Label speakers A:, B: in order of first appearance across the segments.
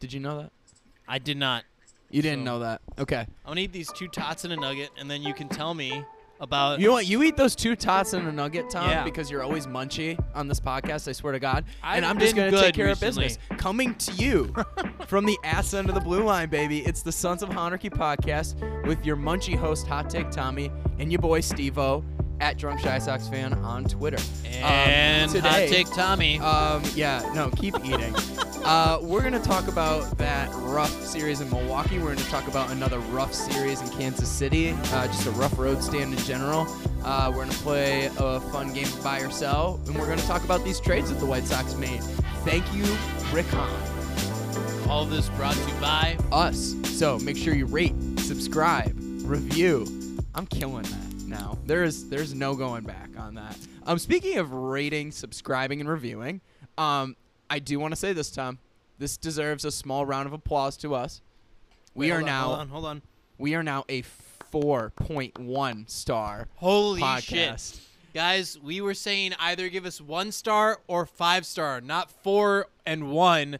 A: Did you know that?
B: I did not.
A: You didn't
B: So-
A: know that. Okay.
B: I'm gonna eat these two tots and a nugget, and then you can tell me about.
A: You know what? You eat those two tots and a nugget, Tom,
B: Yeah.
A: because you're always munchy on this podcast. I swear to God. and
B: I've
A: I'm just
B: been
A: going to take
B: good
A: care
B: recently.
A: of business. Coming to you from the ass end of the blue line, baby. It's the Sons of Honarchy podcast with your munchy host, Hot Take Tommy, and your boy Steve-O at Drunk Shy Sox Fan on Twitter. Um,
B: and
A: today-
B: hot take Tommy.
A: Um, yeah, no, keep eating. Uh, we're going to talk about that rough series in Milwaukee. We're going to talk about another rough series in Kansas City, uh, just a rough road stand in general. Uh, we're going to play a fun game of buy or sell, and we're going to talk about these trades that the White Sox made. Thank you, Rick Hahn.
B: All this brought to you by.
A: Us. So make sure you rate, subscribe, review. I'm killing that now. There is there's no going back on that. Um, speaking of rating, subscribing, and reviewing, um, I do want to say this, Tom. This deserves a small round of applause to us. We
B: Wait,
A: are
B: hold on,
A: now
B: Hold on, hold on.
A: we are now a 4.1 star
B: Holy
A: podcast.
B: shit, guys! We were saying either give us one star or five star, not four and one.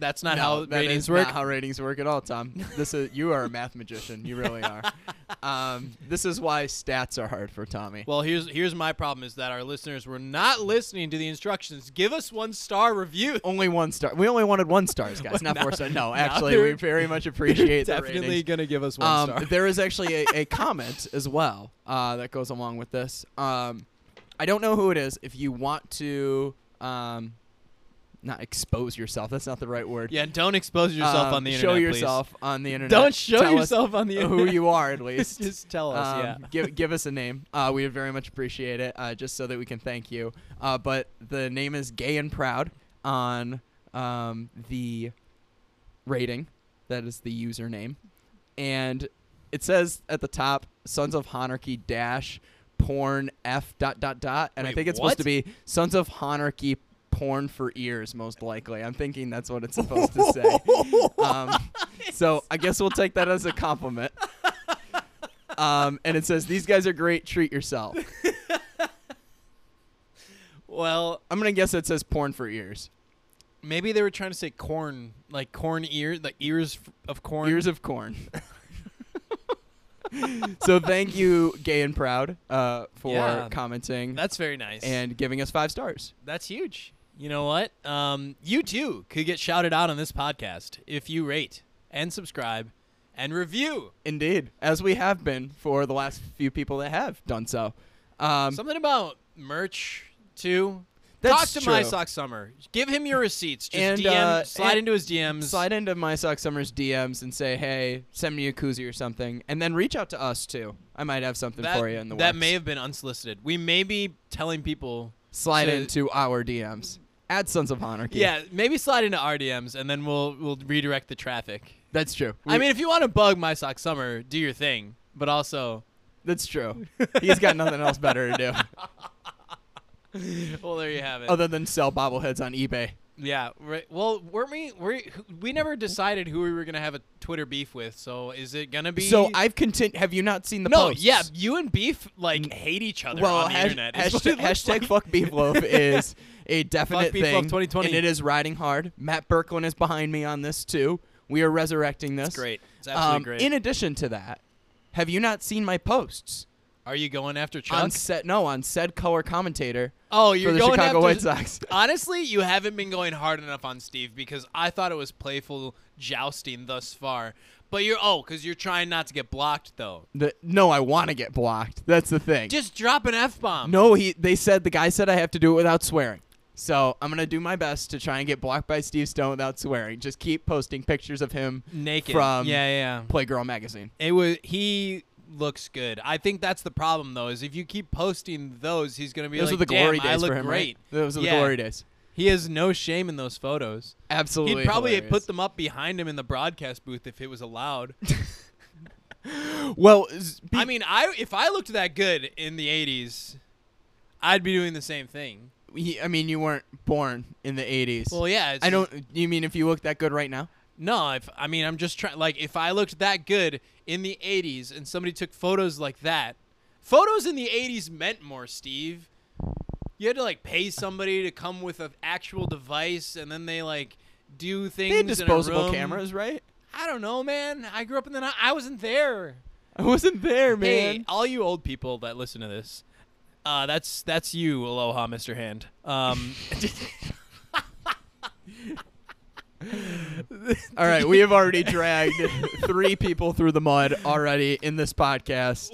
B: That's not
A: No,
B: how
A: that
B: ratings
A: is
B: work.
A: Not how ratings work at all, Tom. This is you are a math magician. You really are. um, this is why stats are hard for Tommy.
B: Well, here's here's my problem is that our listeners were not listening to the instructions. Give us one star review.
A: Only one star. We only wanted one stars, guys, not four stars. No, actually, we
B: they're-
A: very much appreciate the ratings.
B: gonna give us
A: Um, there is actually a, a comment as well uh, that goes along with this. Um, I don't know who it is. If you want to, um, not expose yourself. That's not the right word.
B: yeah, don't expose yourself
A: Um,
B: on the
A: Show
B: internet. please.
A: yourself on the internet.
B: Don't show
A: Tell us
B: yourself on the internet.
A: who you are at least.
B: Just tell us.
A: Um,
B: yeah.
A: give, give us a name. Uh, we would very much appreciate it, uh, just so that we can thank you. Uh, but the name is Gay and Proud on um, the rating. That is the username. And it says at the top, Sons of Honarchy dash porn F dot dot dot. And I
B: Wait,
A: think it's
B: what?
A: supposed to be Sons of Honarchy porn for ears, most likely. I'm thinking that's what it's supposed to say. Um, so I guess we'll take that as a compliment. Um, and it says, These guys are great. Treat yourself.
B: Well,
A: I'm going to guess it says porn for ears.
B: maybe they were trying to say corn, like corn ear, the ears f- of corn.
A: Ears of corn. so thank you, Gay and Proud, uh, for
B: Yeah.
A: commenting
B: That's very nice.
A: and giving us five stars.
B: that's huge. You know what? Um, you too could get shouted out on this podcast if you rate and subscribe and review.
A: Indeed, as we have been for the last few people that have done so. Um,
B: Something about merch too.
A: That's
B: Talk to my
A: true.
B: sock summer. Give him your receipts. Just
A: And,
B: DM,
A: uh,
B: slide
A: and-
B: into his DMs.
A: slide into my Sock Summers DMs and say, "Hey, send me a koozie or something," and then reach out to us too. I might have something
B: that,
A: for you in the
B: that
A: works.
B: may have been unsolicited. We may be telling people.
A: slide
B: to-
A: into our DMs at Sons of Anarchy.
B: Yeah, maybe slide into our DMs and then we'll we'll redirect the traffic.
A: that's true.
B: I
A: We-
B: mean, if you want to bug my sock summer, do your thing. But also,
A: that's true. He's got nothing else better to do
B: well, there you have it.
A: other than sell bobbleheads on eBay.
B: yeah. Right. Well, weren't we? Were, we never decided who we were gonna have a Twitter beef with. So is it gonna be?
A: So I've content. Have you not seen the
B: No,
A: posts?
B: yeah, you and Beef like hate each other
A: well,
B: on the
A: hash-
B: internet. is what
A: hashtag,
B: it looks
A: hashtag
B: like.
A: fuck beefloaf is a definite
B: Fuck Beef Loaf
A: thing,
B: 2020.
A: and it is riding hard. Matt Berklin is behind me on this too. We are resurrecting this.
B: It's great. It's absolutely
A: Um,
B: great.
A: in addition to that, have you not seen my posts
B: Are you going after
A: on
B: Chuck?
A: set? No, on said color commentator
B: oh,
A: for
B: you're
A: the
B: going
A: Chicago
B: after
A: White Sox.
B: Honestly, you haven't been going hard enough on Steve because I thought it was playful jousting thus far. But you're oh, because you're trying not to get blocked though.
A: The- no, I want to get blocked. That's the thing.
B: Just drop an f bomb.
A: no, he. They said the guy said I have to do it without swearing. So I'm gonna do my best to try and get blocked by Steve Stone without swearing. Just keep posting pictures of him
B: naked.
A: from
B: yeah, yeah. yeah.
A: Playgirl magazine.
B: It was he looks good. I think that's the problem though. Is if you keep posting those, he's gonna be
A: Those
B: like,
A: are the
B: "Damn,
A: glory
B: I
A: days
B: look
A: for him,
B: great.
A: right? Those are the
B: Yeah.
A: glory days.
B: He has no shame in those photos.
A: Absolutely.
B: He'd probably
A: hilarious.
B: put them up behind him in the broadcast booth if it was allowed.
A: Well, s- be-
B: I mean, I if I looked that good in the '80s, I'd be doing the same thing.
A: he, I mean, you weren't born in the '80s.
B: Well, yeah, it's
A: I don't. You mean if you look that good right now?
B: No, if I mean, I'm just trying. Like, if I looked that good in the '80s and somebody took photos like that, photos in the '80s meant more, Steve. You had to like pay somebody to come with an actual device, and then they like do
A: They
B: things.
A: had
B: in a
A: disposable
B: room.
A: cameras, right?
B: I don't know, man. I grew up in the. ni- I wasn't there.
A: I wasn't there,
B: Hey,
A: man.
B: all you old people that listen to this, uh, that's that's you, Aloha, Mr. Hand. Um,
A: All right, we have already dragged three people through the mud already in this podcast.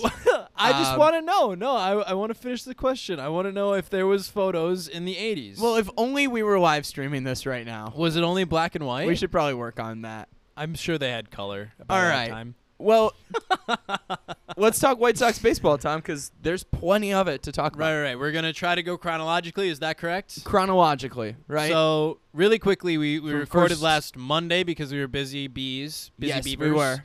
B: I just
A: Um,
B: want to know. No, I, I want to finish the question. I want to know if there was photos in the 80s.
A: Well, if only we were live streaming this right now.
B: was it only black and white?
A: We should probably work on that.
B: I'm sure they had color. By
A: All
B: that
A: right.
B: Time.
A: Well, let's talk White Sox baseball, Tom, because there's plenty of it to talk about
B: Right, right, right. We're gonna try to go chronologically. Is that correct?
A: chronologically, right?
B: So really quickly, we, we
A: From
B: recorded
A: first-
B: last Monday because we were busy bees, busy
A: yes,
B: beavers.
A: we were.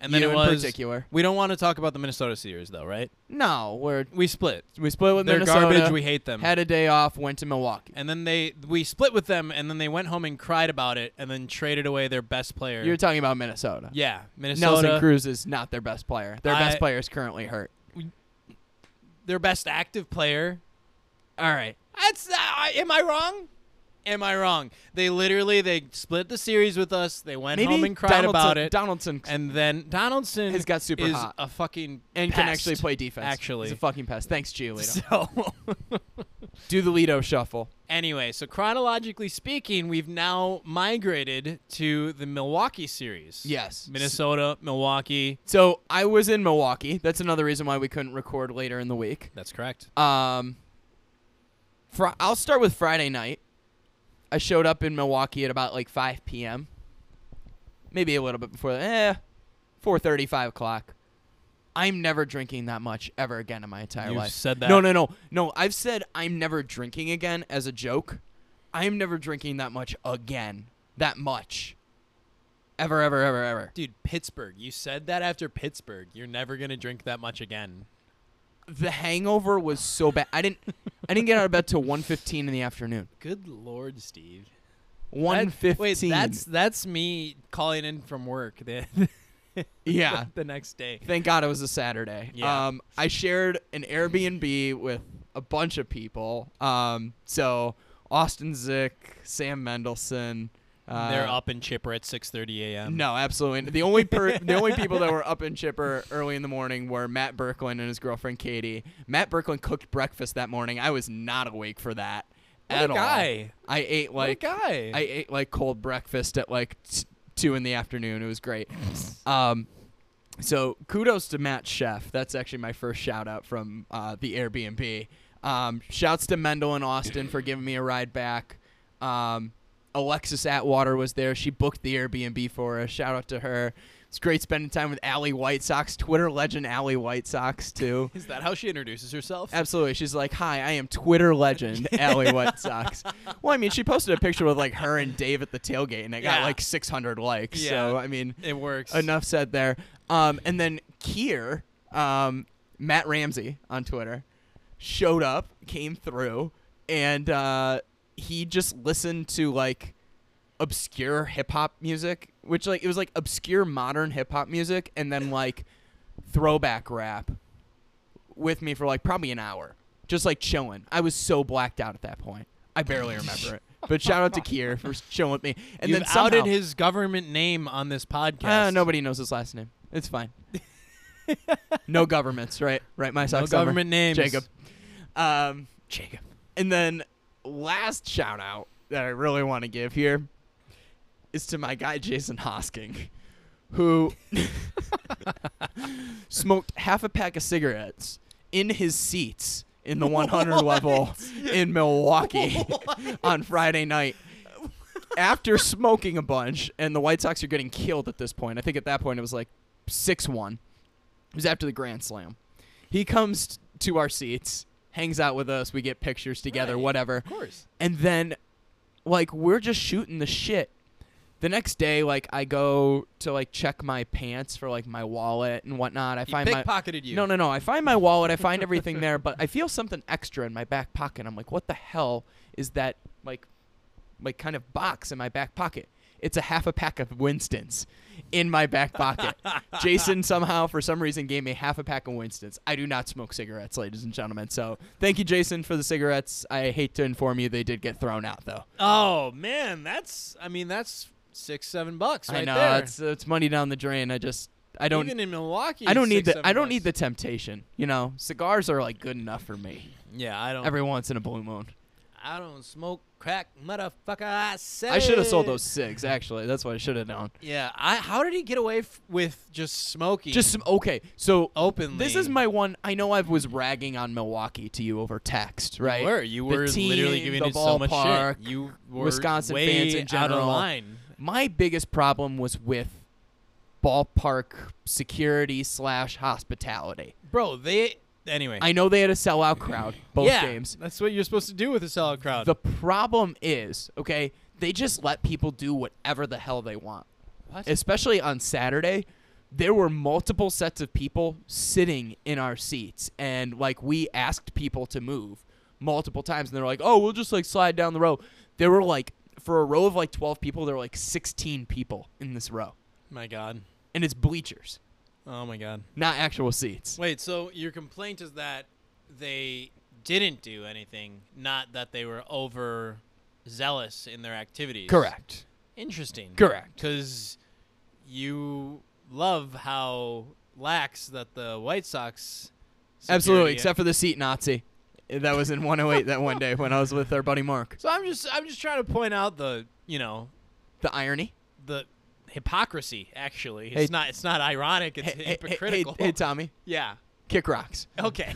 B: And then
A: You
B: it
A: in
B: was.
A: particular.
B: We don't want to talk about the Minnesota Series though, right?
A: No, we're
B: We split.
A: we split with
B: They're
A: Minnesota.
B: garbage. We hate them.
A: had a day off, went to Milwaukee.
B: and then they we split with them, and then they went home and cried about it, and then traded away their best player.
A: You're talking about Minnesota.
B: yeah, Minnesota.
A: Nelson Cruz is not their best player. Their
B: I-
A: best player is currently hurt.
B: their best active player. All right, that's. uh, I am I wrong? Am I wrong? They literally they split the series with us. They went
A: Maybe
B: home and cried
A: Donaldson,
B: about it,
A: Donaldson
B: and then Donaldson
A: has got super
B: is
A: hot
B: a fucking
A: and can actually
B: pest.
A: play defense.
B: actually.
A: he's a fucking pest. Thanks, Giolito.
B: So
A: Do the Lido shuffle.
B: anyway, so chronologically speaking, we've now migrated to the Milwaukee series.
A: Yes,
B: Minnesota, Milwaukee.
A: So I was in Milwaukee. That's another reason why we couldn't record later in the week.
B: That's correct.
A: Um, fr- I'll start with Friday night. I showed up in Milwaukee at about like 5 p.m. Maybe a little bit before, eh, 4:30, 5 o'clock. I'm never drinking that much ever again in my entire
B: You've
A: life.
B: said that.
A: No, no, no, no. I've said I'm never drinking again as a joke. I'm never drinking that much again. That much. Ever, ever, ever, ever.
B: Dude, Pittsburgh. You said that after Pittsburgh. You're never gonna drink that much again.
A: the hangover was so bad. I didn't I didn't get out of bed till 1:15 in the afternoon.
B: Good lord, Steve. That-
A: 1:15.
B: Wait, that's that's me calling in from work the,
A: yeah.
B: the next day.
A: Thank God it was a Saturday.
B: Yeah.
A: Um I shared an Airbnb with a bunch of people. Um so Austin Zick, Sam Mendelson, uh,
B: They're up in Chipper at 6:30 a.m.
A: No, absolutely. not. The only per- the only people that were up in Chipper early in the morning were Matt Berkland and his girlfriend Katie. Matt Berkland cooked breakfast that morning. I was not awake for that
B: What
A: at
B: a
A: all.
B: guy.
A: I ate
B: What a
A: like
B: guy.
A: I ate like cold breakfast at like t- two in the afternoon. It was great. Um, so kudos to Matt Chef. That's actually my first shout out from uh, the Airbnb. Um, shouts to Mendel and Austin for giving me a ride back. Um, Alexis Atwater was there. She booked the Airbnb for us. Shout out to her. It's great spending time with Allie White Sox, Twitter legend Allie White Sox too.
B: Is that how she introduces herself?
A: Absolutely. She's like, "Hi, I am Twitter legend Allie White Sox." Well, I mean, she posted a picture with like her and Dave at the tailgate, and it got
B: Yeah.
A: like 600 likes.
B: Yeah.
A: So I mean,
B: It works.
A: enough said there. Um, and then Kier, um, Matt Ramsey on Twitter, showed up, came through, and uh, he just listened to like obscure hip hop music, which like it was like obscure modern hip hop music, and then like throwback rap with me for like probably an hour, just like chilling. I was so blacked out at that point, I barely remember it. But shout out to Kier for chilling with me, and
B: You've
A: then somehow,
B: outed his government name on this podcast.
A: Ah, nobody knows his last name. It's fine. no governments, right? Right, my
B: No
A: socks.
B: government names.
A: Jacob. Um,
B: Jacob.
A: and then last shout out that I really want to give here is to my guy Jason Hosking, who smoked half a pack of cigarettes in his seats in the 100 level in Milwaukee on Friday night. After smoking a bunch, and the White Sox are getting killed at this point. I think at that point it was like 6 1. It was after the Grand Slam. He comes to our seats, hangs out with us, we get pictures together,
B: Right.
A: whatever
B: Of course.
A: and then like we're just shooting the shit the next day like i go to like check my pants for like my wallet and whatnot i
B: He
A: find my
B: pickpocketed you.
A: no no no i find my wallet i find everything there but i feel something extra in my back pocket i'm like what the hell is that like like kind of box in my back pocket It's a half a pack of Winston's in my back pocket. Jason somehow, for some reason, gave me half a pack of Winston's. I do not smoke cigarettes, ladies and gentlemen. So thank you, Jason, for the cigarettes. I hate to inform you, they did get thrown out, though.
B: Oh man, that's I mean that's six seven bucks right
A: I know
B: there.
A: it's it's money down the drain. I just I don't
B: Even in Milwaukee,
A: I don't need
B: six,
A: the
B: seven
A: I don't
B: bucks.
A: need the temptation. You know, cigars are like good enough for me.
B: Yeah, I don't.
A: Every once in a blue moon.
B: I don't smoke crack, motherfucker. I said.
A: I should have sold
B: it.
A: those cigs. Actually, that's what I should have done.
B: Yeah, I. How did he get away f- with just smoking?
A: Just some, okay. So uh,
B: openly.
A: This is my one. I know I was ragging on Milwaukee to you over text, right?
B: You were you
A: The
B: were literally
A: team,
B: giving
A: the
B: it so much
A: ballpark,
B: shit. You were
A: Wisconsin
B: way
A: fans in
B: out
A: general.
B: of line.
A: My biggest problem was with ballpark security slash hospitality.
B: Bro, they anyway.
A: I know they had a sellout crowd both
B: yeah,
A: games.
B: That's what you're supposed to do with a solid crowd.
A: The problem is, okay, they just let people do whatever the hell they want.
B: What?
A: Especially on Saturday, there were multiple sets of people sitting in our seats and like we asked people to move multiple times and they're like, "Oh, we'll just like slide down the row." There were like for a row of like 12 people, there were like 16 people in this row.
B: my God.
A: And it's bleachers,
B: Oh my God.
A: not actual seats.
B: Wait, so your complaint is that they didn't do anything, not that they were over zealous in their activities.
A: Correct.
B: Interesting.
A: Correct.
B: Because you love how lax that the White Sox.
A: Absolutely,
B: security-
A: except for the seat Nazi. That was in 108 that one day when I was with our buddy Mark.
B: So I'm just I'm just trying to point out the you know
A: The irony
B: the hypocrisy. Actually, it's
A: Hey-
B: not it's not ironic. It's
A: Hey- hey- hey-
B: hypocritical.
A: Hey, hey, Tommy,
B: yeah.
A: kick rocks.
B: Okay.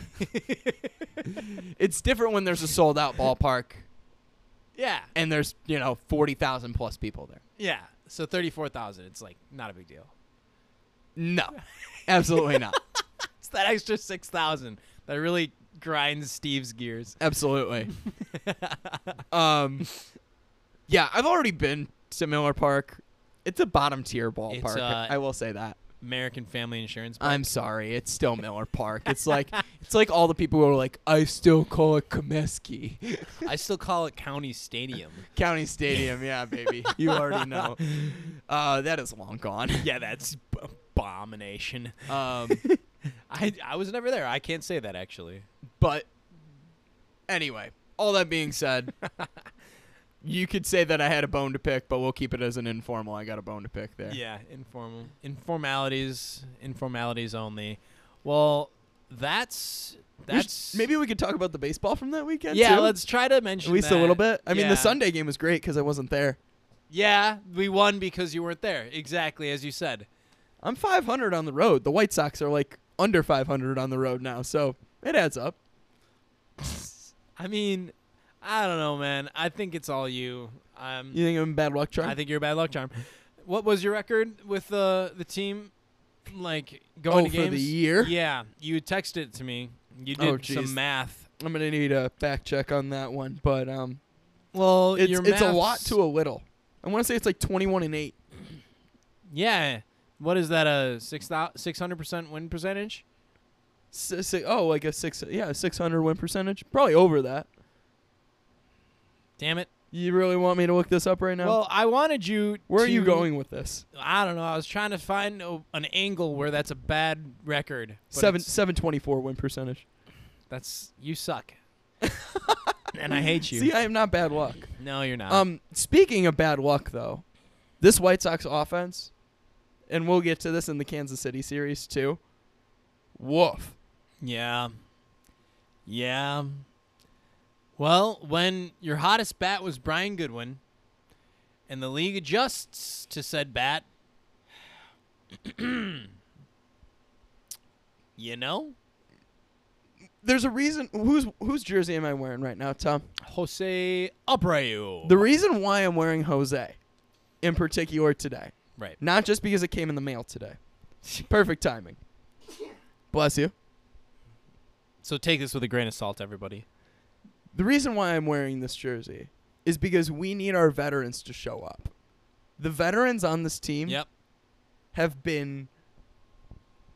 A: It's different when there's a sold out ballpark
B: yeah.
A: and there's, you know, 40,000 plus people there.
B: Yeah. So thirty-four thousand. It's like not a big deal.
A: No, absolutely not.
B: It's that extra six thousand that really grinds Steve's gears.
A: Absolutely. Um, yeah, I've already been to Miller Park. It's a bottom tier ballpark.
B: uh,
A: I will say that.
B: American Family Insurance.
A: I'm sorry, it's still Miller Park. It's like it's like all the people who are like, I still call it Comiskey.
B: I still call it County Stadium.
A: County Stadium, yeah, baby. You already know. Uh, that is long gone.
B: yeah, that's b- abomination.
A: Um,
B: I I was never there. I can't say that actually.
A: but anyway, all that being said, you could say that I had a bone to pick, but we'll keep it as an informal. I got a bone to pick there.
B: Yeah, informal informalities, informalities only. Well, that's
A: We should-
B: that's
A: maybe we could talk about the baseball from that weekend.
B: yeah.
A: too?
B: Let's try to
A: at
B: mention
A: least
B: that.
A: a little bit. I mean,
B: Yeah.
A: the Sunday game was great because I wasn't there.
B: Yeah, we won because you weren't there. Exactly as you said.
A: I'm 500 on the road. The White Sox are like under 500 on the road now, so it adds up.
B: I mean, I don't know, man. I think it's all you. Um,
A: You think I'm a bad luck charm?
B: I think you're a bad luck charm. What was your record with uh, the the team? Like going
A: Oh,
B: to
A: for the
B: games
A: year?
B: Yeah, you texted it to me. You did
A: Oh, geez.
B: some math.
A: I'm gonna need a fact check on that one, but um,
B: Well,
A: it's
B: your
A: it's a
B: math's-
A: lot to a little. I want to say it's like 21 and eight.
B: Yeah. What is that? A six hundred percent win percentage?
A: Si- si- oh, like a six, yeah, 600 win percentage, probably over that.
B: Damn it.
A: You really want me to look this up right now?
B: Well, I wanted you.
A: Where are you
B: to-
A: going with this?
B: I don't know. I was trying to find a, an angle where that's a bad record. but
A: Seven,
B: it's-
A: 724 win percentage.
B: That's you suck. and I hate you.
A: See, I am not bad luck.
B: no, you're not.
A: Um, speaking of bad luck, though, this White Sox offense, and we'll get to this in the Kansas City series too. Woof.
B: yeah. Yeah. Well, when your hottest bat was Brian Goodwin, and the league adjusts to said bat, you know,
A: There's a reason. Whose whose jersey am I wearing right now, Tom?
B: Jose Abreu.
A: The reason why I'm wearing Jose, in particular today,
B: right.
A: not just because it came in the mail today. Perfect timing. Bless you.
B: So take this with a grain of salt, everybody.
A: The reason why I'm wearing this jersey is because we need our veterans to show up. The veterans on this team
B: Yep.
A: have been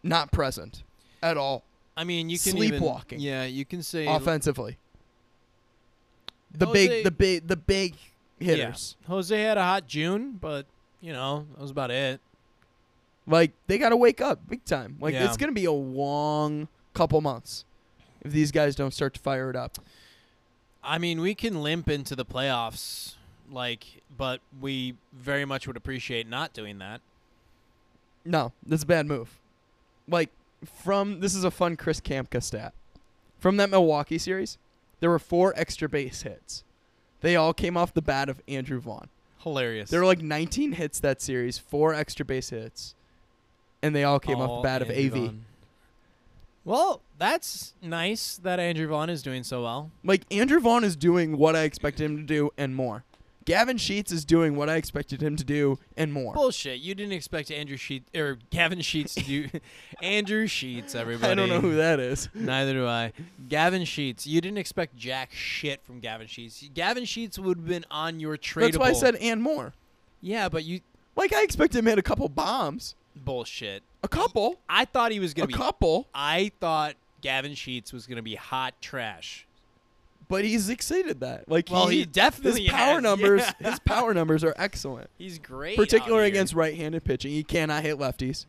A: not present at all
B: I mean, you can
A: Sleepwalking.
B: Even, yeah, you can say
A: offensively. The
B: Jose-
A: big, the big, the big
B: yeah.
A: hitters.
B: Jose had a hot June, but you know, that was about it.
A: Like they got to wake up big time. Like
B: Yeah.
A: it's going to be a long couple months if these guys don't start to fire it up.
B: I mean, we can limp into the playoffs, like, but we very much would appreciate not doing that.
A: No, that's a bad move. Like from this is a fun Chris Kampka stat. From that Milwaukee series, there were four extra base hits. They all came off the bat of Andrew Vaughn.
B: Hilarious.
A: There were like 19 hits that series, four extra base hits, and they all came off
B: All
A: the bat of
B: Andrew
A: AV.
B: Vaughn. Well, that's nice that Andrew Vaughn is doing so well.
A: Like Andrew Vaughn is doing what I expected him to do and more. Gavin Sheets is doing what I expected him to do and more.
B: Bullshit! You didn't expect Andrew Sheets or Gavin Sheets to do Andrew Sheets. Everybody.
A: I don't know who that is.
B: Neither do I. Gavin Sheets. You didn't expect jack shit from Gavin Sheets. Gavin Sheets would have been on your trade.
A: That's why I said and more.
B: Yeah, but you
A: Like I expected him to hit a couple bombs,
B: bullshit.
A: a couple,
B: I thought he was gonna
A: a
B: be.
A: couple,
B: I thought Gavin Sheets was gonna be hot trash.
A: but he's exceeded that. Like
B: Well, he definitely
A: his power
B: has,
A: numbers.
B: yeah.
A: His power numbers are excellent,
B: He's great. out
A: particularly
B: here,
A: against right-handed pitching. He cannot hit lefties.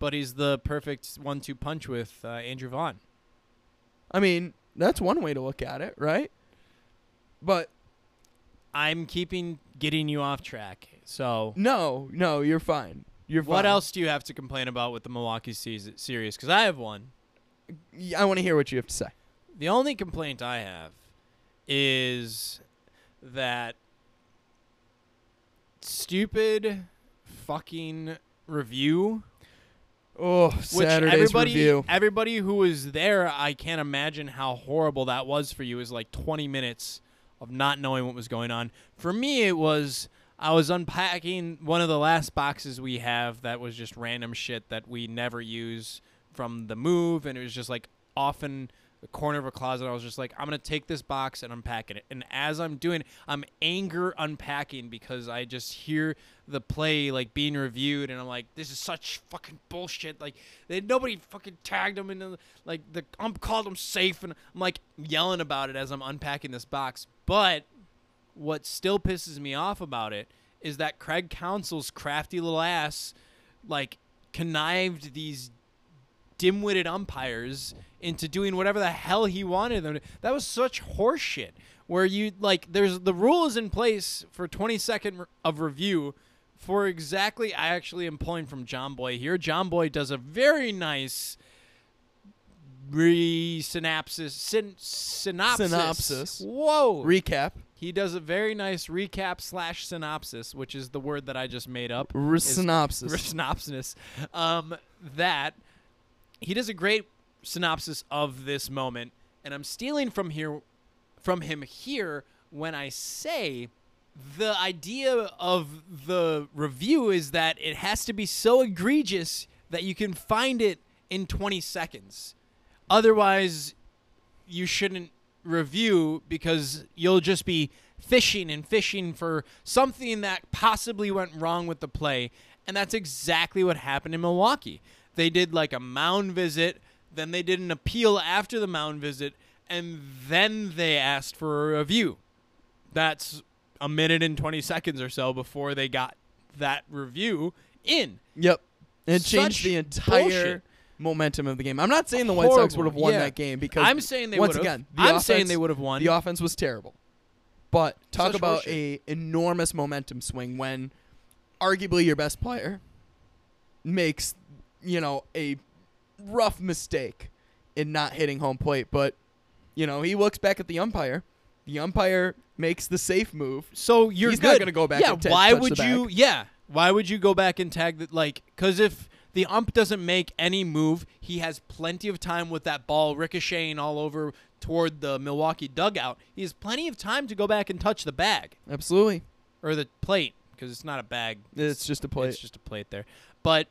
B: But he's the perfect one-two punch with uh, Andrew Vaughn.
A: I mean, that's one way to look at it, right? But
B: I'm keeping getting you off track. So
A: no, no, you're fine. You're
B: What
A: fine.
B: else do you have to complain about with the Milwaukee seas- series? Because I have one.
A: Y- I want to hear what you have to say.
B: The only complaint I have is that stupid fucking review.
A: Oh,
B: Which
A: Saturday's
B: everybody,
A: review.
B: everybody who was there, I can't imagine how horrible that was for you. It was like 20 minutes of not knowing what was going on. For me, it was I was unpacking one of the last boxes we have that was just random shit that we never use from the move, and it was just like often the corner of a closet. I was just like, I'm gonna take this box and unpack it. And as I'm doing, I'm anger unpacking because I just hear the play like being reviewed, and I'm like, this is such fucking bullshit. Like, they nobody fucking tagged him, and like the ump called him safe, and I'm like yelling about it as I'm unpacking this box. But what still pisses me off about it is that Craig Council's crafty little ass, like, connived these dim-witted umpires into doing whatever the hell he wanted them to. That was such horseshit. Where you like, there's the rule is in place for 20 second re- of review for exactly. I actually am pulling from John Boy here. John Boy does a very nice re-synopsis, syn- synopsis,
A: Synopsis.
B: Whoa,
A: Recap.
B: he does a very nice recap slash synopsis, which is the word that I just made up.
A: R-
B: Is-
A: synopsis.
B: Synopsis. Um, that he does a great synopsis of this moment, and I'm stealing from here, from him here when I say the idea of the review is that it has to be so egregious that you can find it in 20 seconds. Otherwise, you shouldn't review because you'll just be fishing and fishing for something that possibly went wrong with the play. And that's exactly what happened in Milwaukee. They did like a mound visit, then they did an appeal after the mound visit, and then they asked for a review. That's a minute and 20 seconds or so before they got that review in.
A: yep. It changed
B: Such
A: the entire
B: bullshit.
A: momentum of the game. I'm not saying the White Sox
B: Horrible.
A: would have won
B: Yeah.
A: that game because
B: I'm saying they
A: once
B: would've.
A: again. the
B: I'm saying
A: offense-
B: they would have won.
A: The offense was terrible. But talk
B: Such
A: about
B: horseshit.
A: a enormous momentum swing when arguably your best player makes, you know, a rough mistake in not hitting home plate, but you know, he looks back at the umpire. The umpire makes the safe move.
B: So you're
A: He's
B: good.
A: not gonna go back
B: Yeah.
A: and ta-
B: why
A: touch the
B: would you?
A: bag.
B: Yeah. Why would you go back and tag that? Like, because if the ump doesn't make any move, he has plenty of time with that ball ricocheting all over toward the Milwaukee dugout. He has plenty of time to go back and touch the bag
A: Absolutely.
B: or the plate because it's not a bag.
A: It's just a
B: It's
A: plate.
B: just a plate there, but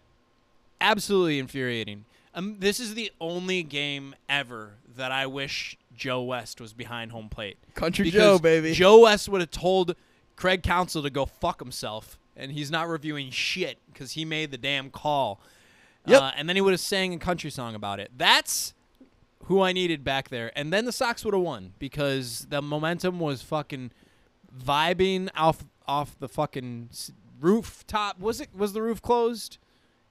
B: absolutely infuriating. Um, this is the only game ever that I wish Joe West was behind home plate.
A: Country
B: Because
A: Joe, baby.
B: Joe West would have told Craig Council to go fuck himself, and he's not reviewing shit because he made the damn call.
A: Yep.
B: Uh, and then he would have sang a country song about it. That's who I needed back there. And then the Sox would have won because the momentum was fucking vibing off off the fucking s- rooftop. Was it? Was the roof closed?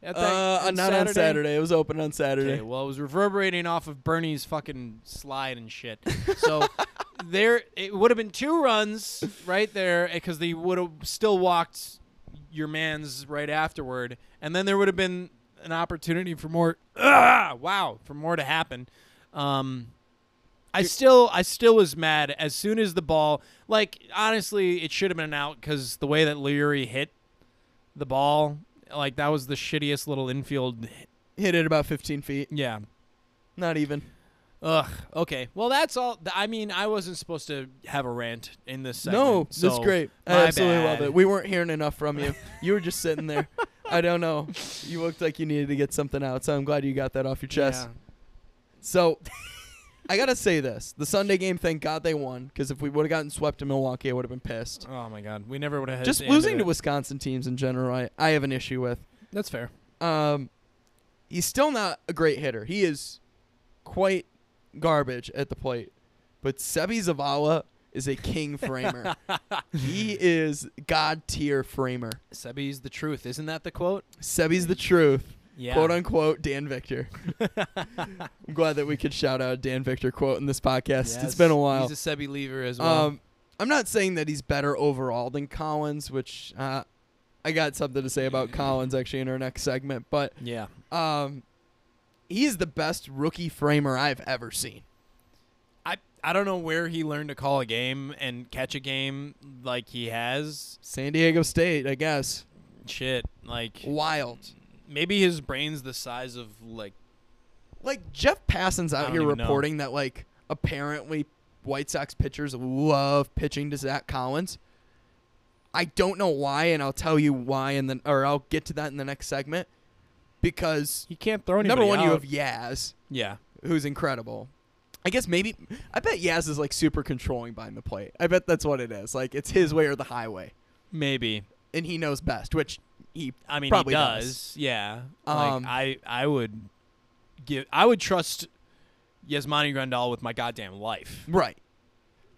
B: At that,
A: Uh,
B: on
A: not on Saturday. It was open on Saturday.
B: Okay, well, it was reverberating off of Bernie's fucking slide and shit. So there, it would have been two runs right there because they would have still walked your man's right afterward, and then there would have been an opportunity for more. Ah, wow, for more to happen. Um, I still, I still was mad as soon as the ball. Like honestly, it should have been an out because the way that Leary hit the ball, like that was the shittiest little infield.
A: Hit it about 15 feet.
B: Yeah,
A: Not even.
B: Ugh. Okay. Well, that's all. th- I mean, I wasn't supposed to have a rant in this segment.
A: no,
B: so
A: that's great. I
B: my
A: absolutely love
B: bad.
A: it. We weren't hearing enough from you. You were just sitting there. I don't know. You looked like you needed to get something out, so I'm glad you got that off your chest. So, I gotta say this: the Sunday game. Thank God they won, because if we would have gotten swept in Milwaukee, I would have been pissed.
B: Yeah. Oh my God, we never would have.
A: Just losing to Wisconsin teams in general, I, I have an issue with.
B: That's fair.
A: Um, he's still not a great hitter. He is quite garbage at the plate, but Sebi Zavala is a king framer. he is god tier framer.
B: Sebi's the truth, isn't that the quote?
A: Sebi's the truth,
B: Yeah.
A: quote unquote. Dan Victor. I'm glad that we could shout out a Dan Victor quote in this podcast. It's been a while.
B: He's a Sebi lever as well.
A: Um, I'm not saying that he's better overall than Collins, which uh, I got something to say about Collins actually in our next segment, but
B: yeah.
A: um, he's the best rookie framer I've ever seen.
B: I I don't know where he learned to call a game and catch a game like he has.
A: San Diego State, I guess.
B: Shit. Like
A: Wild.
B: maybe his brain's the size of like.
A: Like Jeff Passon's
B: I
A: out
B: don't
A: here
B: even know.
A: reporting that like apparently White Sox pitchers love pitching to Zach Collins. I don't know why, and I'll tell you why, and then or I'll get to that in the next segment. Because
B: He can't throw anybody
A: number one, you
B: out.
A: have Yaz,
B: yeah.
A: who's incredible. I guess maybe I bet Yaz is like super controlling behind the plate. I bet that's what it is. Like it's his way or the highway,
B: Maybe.
A: and he knows best, which he
B: I mean,
A: probably
B: he does. Yeah.
A: Um,
B: like I, I would give. I would trust Yasmani Grandal with my goddamn life.
A: Right.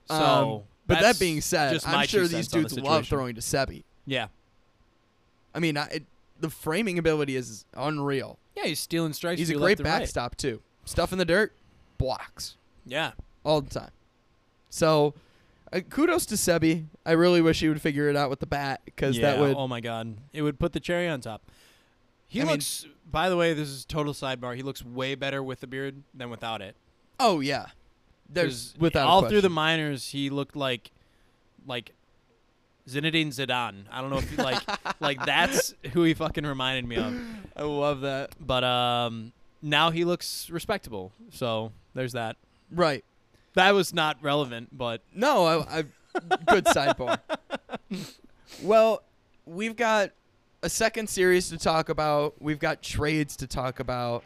B: So,
A: Um, but that
B: that's
A: being said,
B: just my
A: I'm
B: two
A: sure these
B: cents on the
A: dudes love
B: situation.
A: throwing to Sebi.
B: Yeah.
A: I mean, I, it, the framing ability is unreal.
B: Yeah, he's stealing strikes.
A: He's
B: to
A: a
B: your left
A: great
B: and right.
A: backstop too. Stuff in the dirt, blocks
B: Yeah.
A: all the time. So, uh, kudos to Sebi. I really wish he would figure it out with the bat because
B: yeah.
A: that would
B: Oh my god, it would put the cherry on top. He
A: I mean-
B: looks. by the way, this is total sidebar. He looks way better with the beard than without it.
A: Oh yeah, there's
B: 'Cause
A: without a
B: all through the
A: question.
B: minors, he looked like, like. Zinedine Zidane. I don't know if you like, like that's who he fucking reminded me of.
A: I love that.
B: but um, now he looks respectable. So there's that.
A: Right?
B: That was not relevant, but
A: No, I, I good sidebar. Well, we've got a second series to talk about. We've got trades to talk about,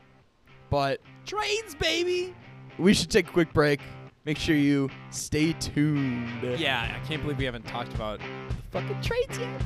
A: but
B: trades, baby.
A: we should take a quick break. Make sure you stay tuned.
B: Yeah, I can't believe we haven't talked about the fucking trades yet.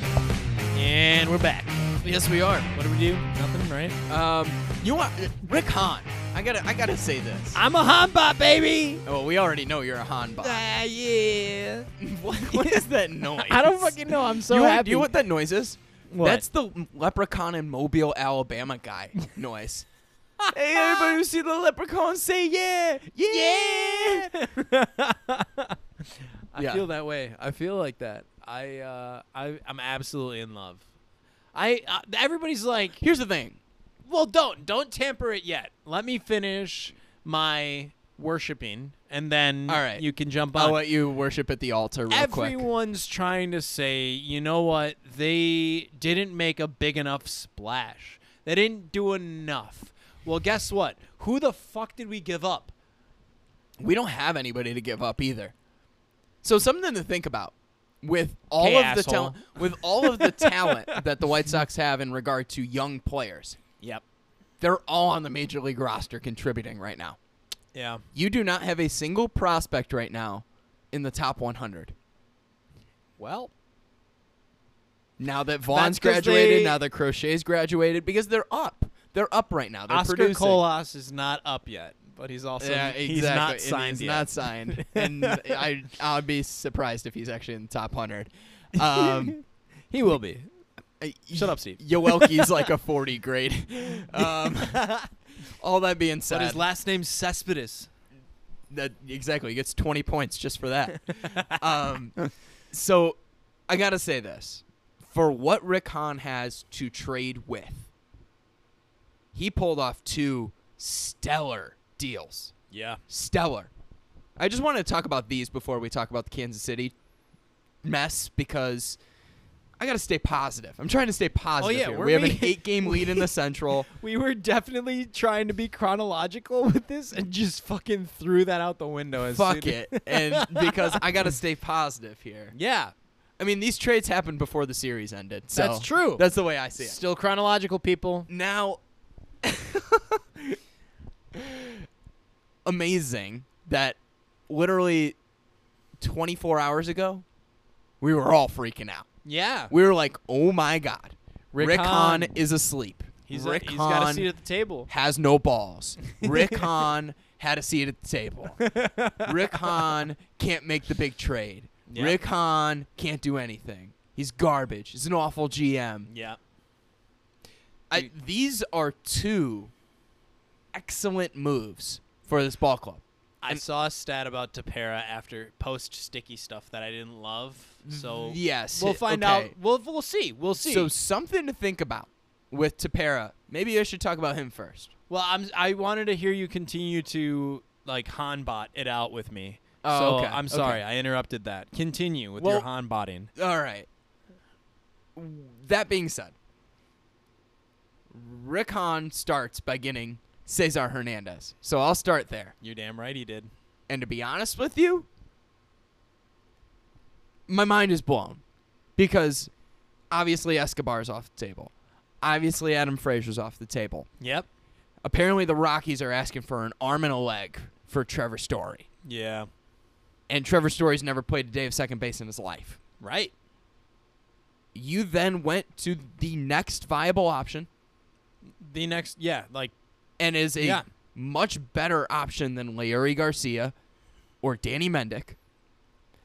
B: And we're back.
A: Yes, we are.
B: What do we do? Nothing, right?
A: Um, you want Rick Hahn? I gotta, I gotta say this.
B: I'm a Hanbot, baby.
A: well, we already know you're a Hahn bot.
B: Ah, yeah.
A: what, what is that noise?
B: I don't fucking know. I'm so
A: you, know what-
B: happy.
A: you know what that noise is?
B: What?
A: That's the leprechaun in Mobile, Alabama guy noise. hey, everybody who see the leprechaun say yeah, yeah.
B: I
A: Yeah.
B: feel that way. I feel like that. I uh, I I'm absolutely in love. I uh, everybody's like,
A: Here's the thing.
B: well, don't don't tamper it yet. Let me finish my worshiping, and then
A: All right.
B: you can jump
A: I'll
B: on.
A: let you worship at the altar real quick.
B: Everyone's trying to say, you know what? They didn't make a big enough splash. They didn't do enough. Well, guess what? Who the fuck did we give up?
A: We don't have anybody to give up either. So something to think about. With all
B: Hey,
A: of the
B: asshole.
A: talent, with all of the talent that the White Sox have in regard to young players,
B: Yep.
A: they're all on the major league roster contributing right now.
B: Yeah.
A: You do not have a single prospect right now in the top 100.
B: Well,
A: Now that Vaughn's
B: 'cause they-
A: graduated, now that Crochet's graduated, because they're up. They're up right now. They're
B: Oscar
A: producing.
B: Colas is not up yet, but he's also
A: yeah, exactly.
B: he's not
A: and
B: signed
A: he's
B: yet.
A: not signed. and I I'd be surprised if he's actually in the top hundred. Um,
B: he will be.
A: I-
B: Shut up, Steve.
A: Yowelki's like a forty grade. Um, all that being
B: But
A: said,
B: his last name's Cespedes.
A: that exactly he gets 20 points just for that um, so i gotta say this for what rick hahn has to trade with he pulled off two stellar deals
B: Yeah.
A: stellar i just want to talk about these before we talk about the kansas city mess because i gotta stay positive i'm trying to stay positive
B: Oh, yeah,
A: here.
B: we're
A: we have an
B: making-
A: eight game lead in the central
B: We were definitely trying to be chronological with this and just fucking threw that out the window. As
A: fuck
B: soon-
A: it and because i gotta stay positive here
B: Yeah.
A: I mean, these trades happened before the series ended. So
B: That's true.
A: That's the way I see it.
B: Still chronological, people.
A: Now, amazing that literally 24 hours ago, we were all freaking out.
B: Yeah.
A: We were like, oh my God.
B: Rick
A: Rick, Hahn.
B: Hahn.
A: is asleep.
B: He's, uh,
A: Rick
B: he's
A: Hahn
B: got a seat at the table.
A: has no balls. Rick Hahn had a seat at the table. Rick Hahn can't make the big trade.
B: Yeah.
A: Rick Hahn can't do anything. He's garbage. He's an awful GM.
B: Yeah.
A: I, these are two excellent moves for this ball club.
B: I saw a stat about Tapera after post sticky stuff that I didn't love. So
A: yes,
B: we'll
A: it-
B: find
A: okay.
B: out. We'll we'll see. We'll see.
A: So something to think about with Tapera. Maybe I should talk about him first.
B: well, I'm I wanted to hear you continue to like Hanbot it out with me.
A: Oh,
B: so
A: okay,
B: I'm
A: okay.
B: sorry, I interrupted that. Continue with your
A: Well-
B: Hanbotting.
A: All right. That being said, Rick Hahn starts by getting Cesar Hernandez. So I'll start there.
B: You're damn right he did.
A: And to be honest with you, my mind is blown because obviously Escobar's off the table. Obviously Adam Frazier's off the table.
B: Yep.
A: Apparently the Rockies are asking for an arm and a leg for Trevor Story.
B: Yeah.
A: And Trevor Story's never played a day of second base in his life.
B: Right.
A: You then went to the next viable option
B: The next yeah, like
A: and is a
B: Yeah.
A: much better option than Larry Garcia or Danny Mendick.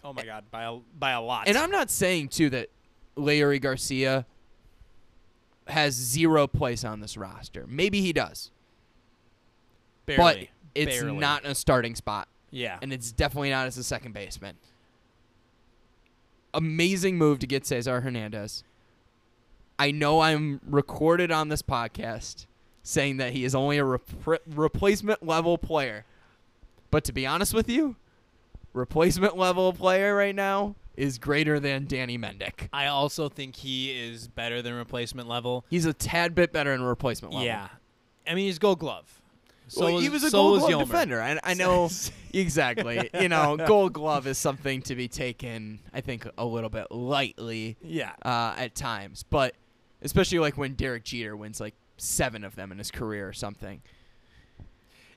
B: oh my god, by a by a lot.
A: And I'm not saying too that Larry Garcia has zero place on this roster. Maybe he does,
B: barely,
A: but it's
B: barely.
A: not in a starting spot,
B: Yeah.
A: and it's definitely not as a second baseman. Amazing move to get Cesar Hernandez. I know I'm recorded on this podcast saying that he is only a repre- replacement level player, but to be honest with you, replacement level player right now is greater than Danny Mendick.
B: I also think he is better than replacement level.
A: He's a tad bit better in replacement level.
B: Yeah. I mean, he's Gold Glove. So
A: Well,
B: was,
A: he was a
B: so
A: Gold
B: was
A: Glove
B: Yomer.
A: defender. I, I know exactly. You know, Gold Glove is something to be taken, I think, a little bit lightly
B: Yeah.
A: uh, at times, but especially like when Derek Jeter wins like seven of them in his career or something.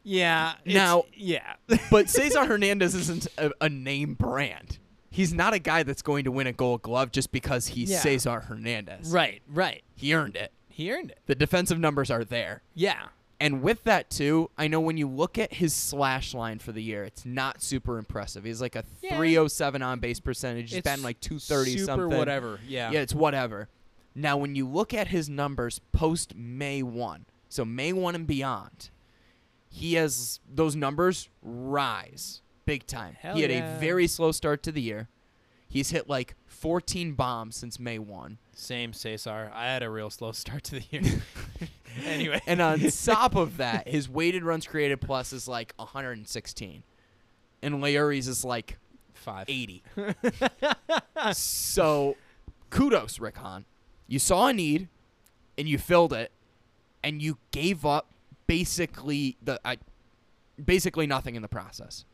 B: Yeah. it's-
A: Now-
B: yeah.
A: But Cesar Hernandez isn't a, a name brand. He's not a guy that's going to win a Gold Glove just because he's
B: Yeah.
A: Cesar Hernandez.
B: right, right.
A: He earned it.
B: He earned it.
A: The defensive numbers are there.
B: Yeah.
A: And with that too, I know when you look at his slash line for the year, it's not super impressive. He's like a
B: Yeah.
A: 307 on base percentage. He's batting like 230
B: super
A: something.
B: whatever. Yeah.
A: Yeah. it's whatever. Now when you look at his numbers post May 1, so May 1 and beyond, he has those numbers rise big time.
B: Hell
A: he had
B: yeah.
A: a very slow start to the year. He's hit like 14 bombs since May 1.
B: Same Cesar. I had a real slow start to the year. anyway.
A: And on top of that, his weighted runs created plus is like 116. And Leuris is like
B: five.
A: 80. so kudos, Rick Hahn. You saw a need and you filled it and you gave up basically the I, basically nothing in the process.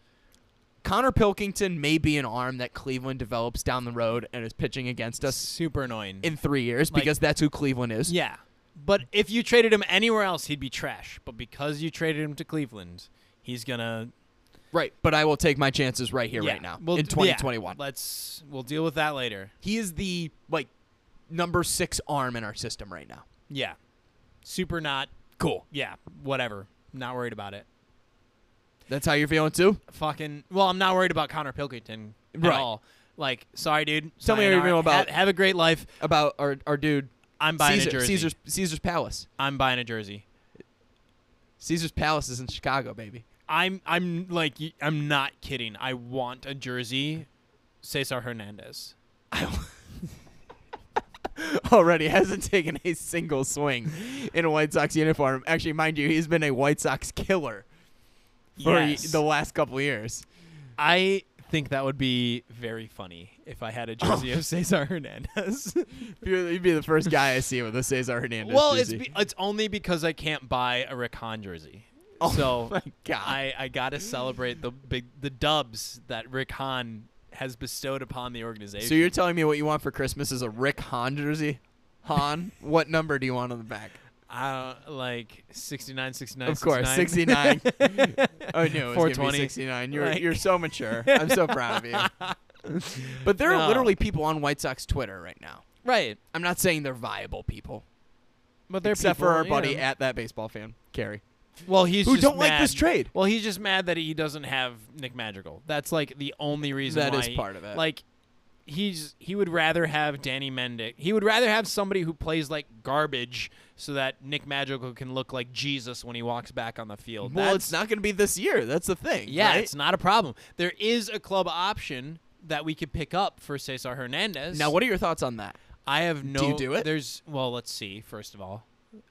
A: Connor Pilkington may be an arm that Cleveland develops down the road and is pitching against us
B: super annoying.
A: in three years
B: Like-
A: because that's who Cleveland is.
B: yeah. But if you traded him anywhere else, he'd be trash. But because you traded him to Cleveland, he's gonna
A: Right, but I will take my chances right here,
B: Yeah.
A: right now
B: We'll-
A: in
B: yeah.
A: 2021.
B: Let's we'll deal with that later.
A: He is the like number six arm in our system right now.
B: Yeah. Super not cool. Yeah. Whatever. Not worried about it.
A: That's how you're feeling too.
B: Fucking. Well, I'm not worried about Connor Pilkington at
A: Right.
B: all. Like, sorry, dude.
A: Tell me how you
B: Sayonara.
A: feel about-
B: Ha- have a great life.
A: About our our dude
B: I'm buying
A: Caesar-
B: a jersey.
A: Caesar's Caesar's Palace.
B: I'm buying a jersey.
A: Caesar's Palace is in Chicago, baby.
B: I'm I'm like y- I'm not kidding. I want a jersey, Cesar Hernandez.
A: Already hasn't taken a single swing in a White Sox uniform. Actually, mind you, he's been a White Sox killer for y-
B: Yes.
A: the last couple years.
B: I think that would be very funny if I had a jersey of Cesar Hernandez.
A: You're- You'd be the first guy I see with a Cesar Hernandez
B: well, it's
A: jersey.
B: be, it's only because I can't buy a Rickon jersey.
A: Oh
B: so
A: my God.
B: I I gotta celebrate the big the dubs that Rick Hahn has bestowed upon the organization.
A: so you're telling me what you want for Christmas is a Rick Hahn jersey? Hahn, what number do you want on the back?
B: I don't- like 69, 69,
A: Of course,
B: 69.
A: 69. Oh no, it's gonna be
B: 420.
A: 69. You're
B: Like-
A: you're so mature. I'm so proud of you. But there are
B: No.
A: literally people on White Sox Twitter right now.
B: right,
A: I'm not saying they're viable people,
B: but they're
A: except for
B: people,
A: our buddy
B: yeah.
A: at that baseball fan, Carrie,
B: Well, he's
A: who
B: just
A: don't like this
B: mad-
A: trade.
B: Well, he's just mad that he doesn't have Nick Madrigal. That's like the only reason.
A: That
B: why
A: is part of it.
B: Like, he's he would rather have Danny Mendick. He would rather have somebody who plays like garbage, so that Nick Madrigal can look like Jesus when he walks back on the field.
A: well,
B: That's-
A: it's not going to be this year. That's the thing.
B: Yeah,
A: right?
B: it's not a problem. There is a club option that we could pick up for Cesar Hernandez.
A: Now, what are your thoughts on that?
B: I have no.
A: you do it?
B: There's well, let's see. First of all,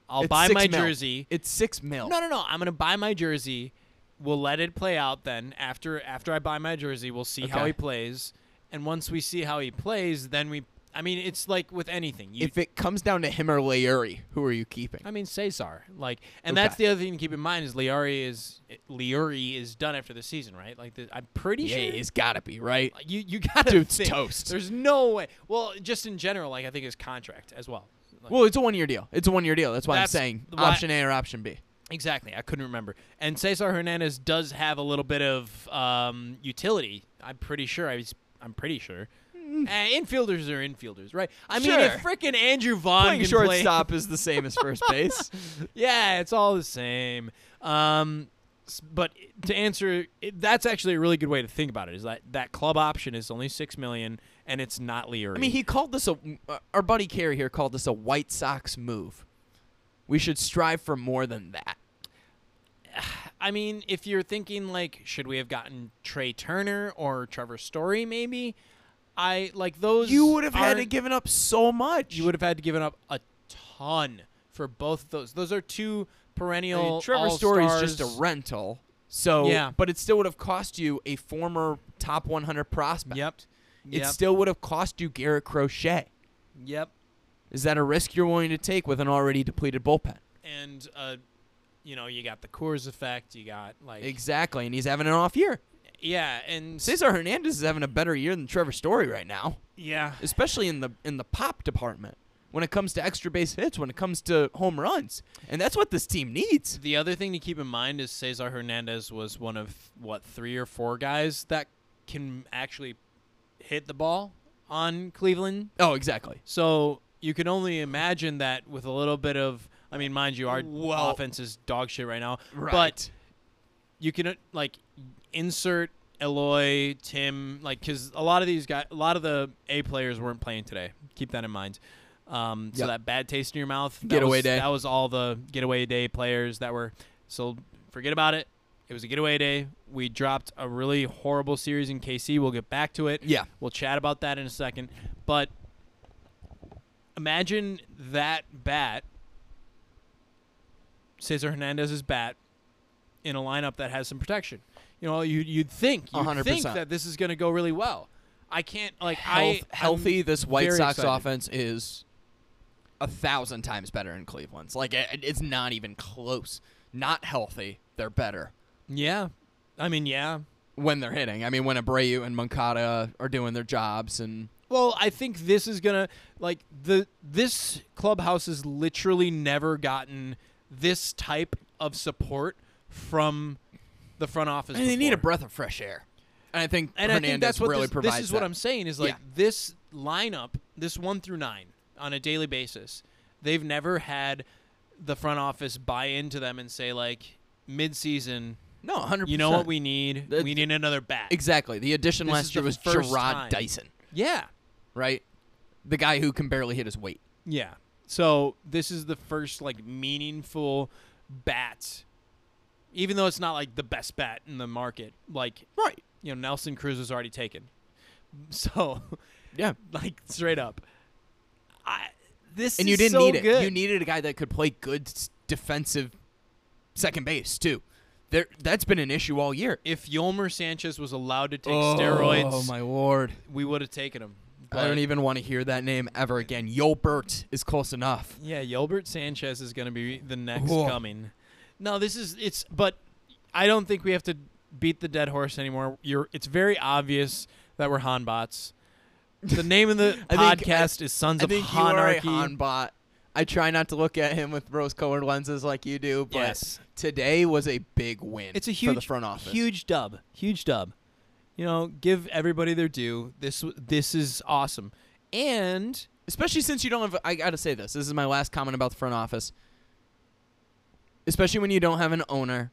B: I'll
A: It's
B: buy
A: six
B: my
A: mil.
B: jersey.
A: It's six mil.
B: No, no, no. I'm gonna buy my jersey. We'll let it play out. Then after after I buy my jersey, we'll see how
A: Okay.
B: he plays. And once we see how he plays, then we. I mean, it's like with anything. You,
A: If it comes down to him or Leary, who are you keeping?
B: I mean, Cesar. Like, and
A: Okay.
B: that's the other thing to keep in mind is Liari is Liori is done after the season, right? Like, the, I'm pretty
A: yeah,
B: sure
A: it's got to be right.
B: you you gotta
A: Dude's
B: think.
A: toast.
B: There's no way. Well, just in general, like I think his contract as well. Like,
A: Well, it's a one-year deal. It's a one-year deal. That's why
B: That's
A: I'm saying
B: why-
A: option A or option B.
B: exactly, I couldn't remember. And Cesar Hernandez does have a little bit of um, utility. I'm pretty sure. I was, I'm pretty sure. Uh, infielders are infielders, right? I mean, if
A: Mm. Sure.
B: freaking Andrew Vaughn
A: Playing
B: can play-
A: shortstop is the same as first base.
B: yeah, it's all the same. Um, s- but to answer, it, that's actually a really good way to think about it. Is that that club option is only six million, and it's not Leary.
A: I mean, he called this a uh, our buddy Carey here called this a White Sox move. We should strive for more than that.
B: I mean, if you're thinking like, should we have gotten Trey Turner or Trevor Story? Maybe I like those.
A: You would have had to
B: aren't-
A: given up so much.
B: You would have had to given up a ton for both of those. Those are two perennial.
A: Trevor Story is just a rental. So,
B: Yeah.
A: but it still would have cost you a former top 100 prospect.
B: Yep.
A: It
B: Yep.
A: still would have cost you Garrett Crochet.
B: yep.
A: Is that a risk you're willing to take with an already depleted bullpen?
B: And uh, you know, you got the Coors effect. You got like
A: Exactly, and he's having an off year.
B: yeah, and
A: Cesar Hernandez is having a better year than Trevor Story right now.
B: yeah.
A: especially in the in the pop department when it comes to extra base hits when it comes to home runs and that's what this team needs
B: The other thing to keep in mind is Cesar Hernandez was one of what three or four guys that can actually hit the ball on Cleveland.
A: oh exactly
B: So you can only imagine that with a little bit of, I mean, mind you, our
A: Well-
B: offense is dog shit right now. But
A: Right.
B: you can uh, like insert Eloy, Tim, like because a lot of these guys, a lot of the A players weren't playing today. Keep that in mind. Um, so
A: Yep.
B: that bad taste in your mouth, that
A: Getaway
B: was-
A: day.
B: That was all the getaway day players that were. So forget about it. It was a getaway day. We dropped a really horrible series in KC. We'll get back to it.
A: yeah
B: We'll chat about that in a second. But imagine that bat, Cesar Hernandez's bat, in a lineup that has some protection. You know, you, you'd think you'd think
A: 100%.
B: that this is going to go really well. I can't like
A: Health,
B: I
A: healthy
B: I'm
A: this white
B: very
A: sox
B: excited.
A: offense is a thousand times better in cleveland's like it, it's not even close not healthy they're better
B: Yeah, I mean, yeah.
A: when they're hitting i mean when abreu and moncada are doing their jobs and
B: Well, I think this is gonna like the this clubhouse has literally never gotten this type of support from the front office.
A: and they need a
B: before.
A: breath of fresh air and i think
B: and
A: hernandez
B: I think that's what
A: really
B: this,
A: provides
B: this is what
A: that.
B: I'm saying is like
A: Yeah.
B: this lineup, this one through nine. on a daily basis. They've never had the front office buy into them and say like mid-season,
A: No, hundred.
B: you know what we need?
A: That's-
B: we need another bat.
A: exactly. The addition
B: This
A: last
B: is
A: year
B: the
A: was
B: first
A: Gerard
B: time.
A: Dyson,
B: yeah.
A: right? The guy who can barely hit his weight.
B: Yeah. So this is the first like meaningful bat. Even though it's not like the best bat in the market, like
A: Right.
B: you know Nelson Cruz was already taken. So
A: Yeah.
B: like straight up, I this
A: And
B: is
A: you didn't
B: so
A: need it.
B: good.
A: You needed a guy that could play good s- defensive second base too. There, that's been an issue all year.
B: if Yomer Sanchez was allowed to take steroids,
A: Oh my lord!
B: we would have taken him.
A: I
B: But-
A: don't even want to hear that name ever again. Yolbert is close enough.
B: Yeah, Yelbert Sanchez is going to be the next
A: Whoa.
B: coming. No, this is it's but I don't think we have to beat the dead horse anymore. You're it's very obvious that we're Hanbots. The name of the
A: I think-
B: podcast is Sons
A: I
B: of
A: think
B: Hanarchy.
A: you are a Hanbot. I try not to look at him with rose-colored lenses like you do, but
B: Yes.
A: today was a big win.
B: It's a
A: for
B: huge
A: the front office.
B: Huge dub. Huge dub. You know, give everybody their due. This w- this is awesome. And
A: especially since you don't have i gotta say this this is my last comment about the front office especially when you don't have an owner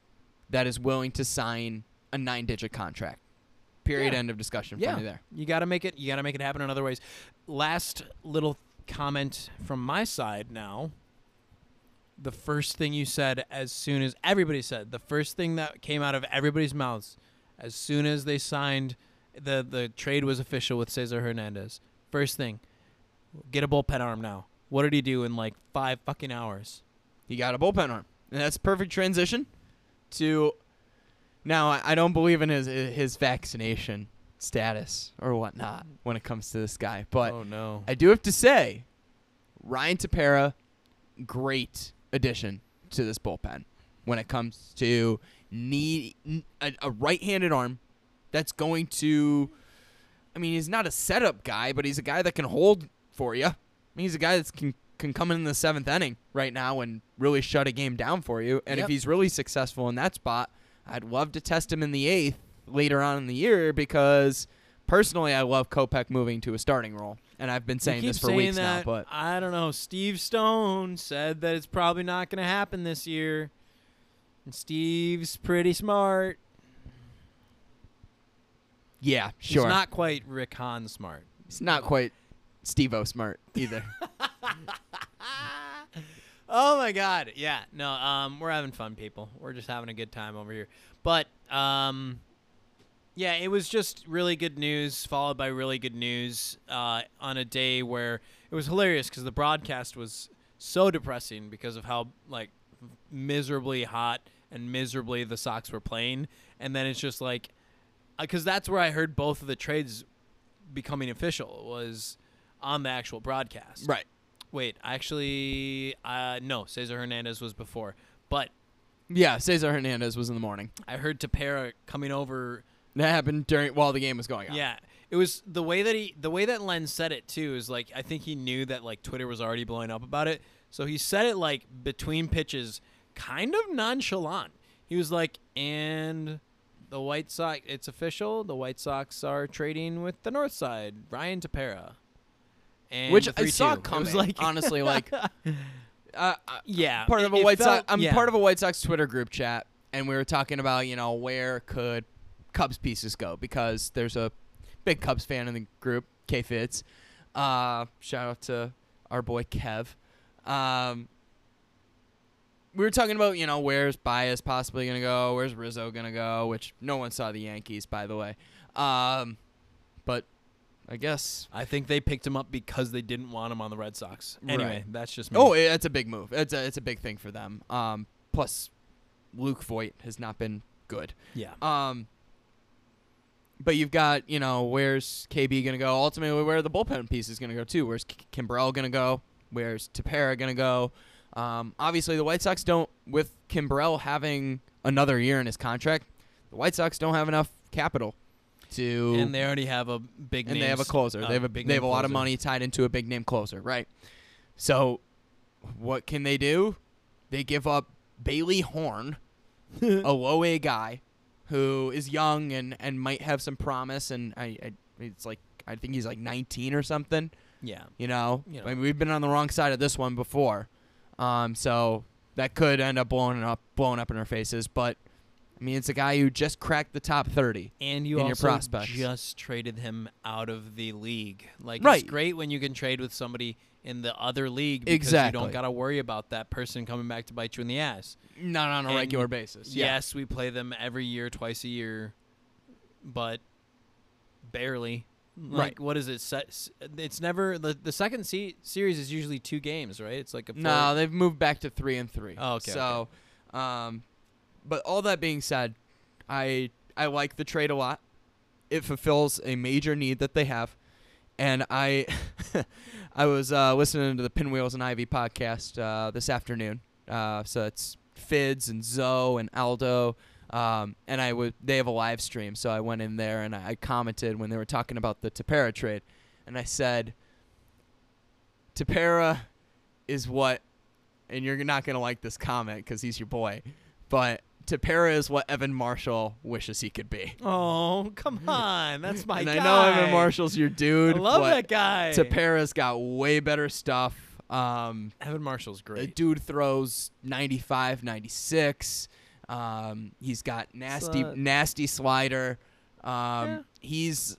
A: that is willing to sign a nine digit contract period
B: Yeah.
A: end of discussion for me there
B: You got to make it. You got to make it happen in other ways. Last little comment from my side now. The first thing you said as soon as everybody said, the first thing that came out of everybody's mouths as soon as they signed the the trade was official with Cesar Hernandez. First thing, get a bullpen arm now. What did he do in like 5 fucking hours?
A: you got a bullpen arm and that's perfect transition to now i, I don't believe in his his vaccination status or whatnot when it comes to this guy but
B: oh no.
A: I do have to say, Ryan Tapera, great addition to this bullpen when it comes to need a, a right-handed arm that's going to. I mean, he's not a setup guy, but he's a guy that can hold for you. I mean, he's a guy that can can come in the seventh inning right now and really shut a game down for you. And
B: Yep.
A: if he's really successful in that spot, I'd love to test him in the eighth later on in the year because personally, I love Kopech moving to a starting role, and I've been saying
B: You
A: this
B: keep
A: for
B: saying
A: weeks
B: that,
A: now. But
B: I don't know. Steve Stone said that it's probably not going to happen this year. And Steve's pretty smart.
A: yeah, sure,
B: He's not quite Rick Hahn smart.
A: it's not quite Steve-O smart either.
B: Oh my god. Yeah. No, um we're having fun people. We're just having a good time over here. But um yeah, it was just really good news followed by really good news uh on a day where it was hilarious cuz the broadcast was so depressing because of how like miserably hot and miserably the Sox were playing and then it's just like because that's where I heard both of the trades becoming official was on the actual broadcast.
A: right.
B: Wait, actually, uh, no, Cesar Hernandez was before. But
A: Yeah, Cesar Hernandez was in the morning.
B: I heard Tapera coming over.
A: That happened during while the game was going on.
B: Yeah, it was the way that he, the way that Len said it too is like I think he knew that like Twitter was already blowing up about it, so he said it like between pitches, kind of nonchalant. He was like, and the White Sox, it's official. The White Sox are trading with the North Side, Ryan Tapera. And
A: which
B: the
A: I saw
B: 3-2. It was
A: coming.
B: like,
A: honestly, like, uh, uh,
B: yeah,
A: part of
B: it-
A: a
B: it
A: White Sox.
B: felt-
A: I'm
B: yeah.
A: part of a White Sox Twitter group chat, and we were talking about you know where could Cubs pieces go because there's a big Cubs fan in the group, K Fitz. Uh, shout out to our boy Kev. Um, we were talking about you know where's Bias possibly gonna go, where's Rizzo gonna go, which no one saw the Yankees by the way, um, but I guess
B: I think they picked him up because they didn't want him on the Red Sox. Anyway,
A: Right.
B: that's just me.
A: Oh, it- it's a big move. It's a it's a big thing for them. Um, plus, Luke Voigt has not been good.
B: yeah.
A: Um, but you've got you know where's KB gonna go? Ultimately, where are the bullpen pieces gonna go too? Where's K- Kimbrell gonna go? Where's Tapera gonna go? Um, obviously, the White Sox don't with Kimbrell having another year in his contract. The White Sox don't have enough capital to
B: And they already have a big
A: and they have a
B: names-
A: closer.
B: uh,
A: they have a
B: big
A: they
B: name
A: have a lot of
B: closer.
A: money tied into a big name closer, right? So, what can they do? They give up Bailey Horn, a low A guy, who is young and and might have some promise, and I, I it's like I think he's like 19 or something.
B: Yeah.
A: You know,
B: You know.
A: I mean, we've been on the wrong side of this one before, um, so that could end up blowing up, blowing up in our faces. But I mean, it's a guy who just cracked the top thirty.
B: And you
A: In your
B: also
A: prospects.
B: just traded him out of the league. Like
A: Right.
B: it's great when you can trade with somebody in the other league because you
A: Exactly.
B: don't got to worry about that person coming back to bite you in the ass.
A: Not on a
B: And
A: regular basis. Yeah.
B: Yes, we play them every year, twice a year, but barely. Like
A: Right.
B: what is it? Se- s- It's never the the second se- series is usually two games, right? It's like a four-
A: No, they've moved back to three and three.
B: Oh, okay,
A: So, um, but all that being said, I I like the trade a lot. It fulfills a major need that they have, and I I was uh, listening to the Pinwheels and Ivy podcast uh, this afternoon. Uh, so it's Fids and Zoe and Aldo. Um, and I would they have a live stream, so I went in there and I commented when they were talking about the Tapera trade, and I said, Tapera is what, and you're not gonna like this comment because he's your boy, but Tapera is what Evan Marshall wishes he could be.
B: Oh come on, that's my
A: and
B: guy.
A: I know Evan Marshall's your dude.
B: I love
A: but
B: that guy.
A: Tapera's got way better stuff. Um,
B: Evan Marshall's
A: the
B: great.
A: dude throws 95, 96. Um, he's got nasty,
B: Slut.
A: nasty slider. Um,
B: Yeah.
A: He's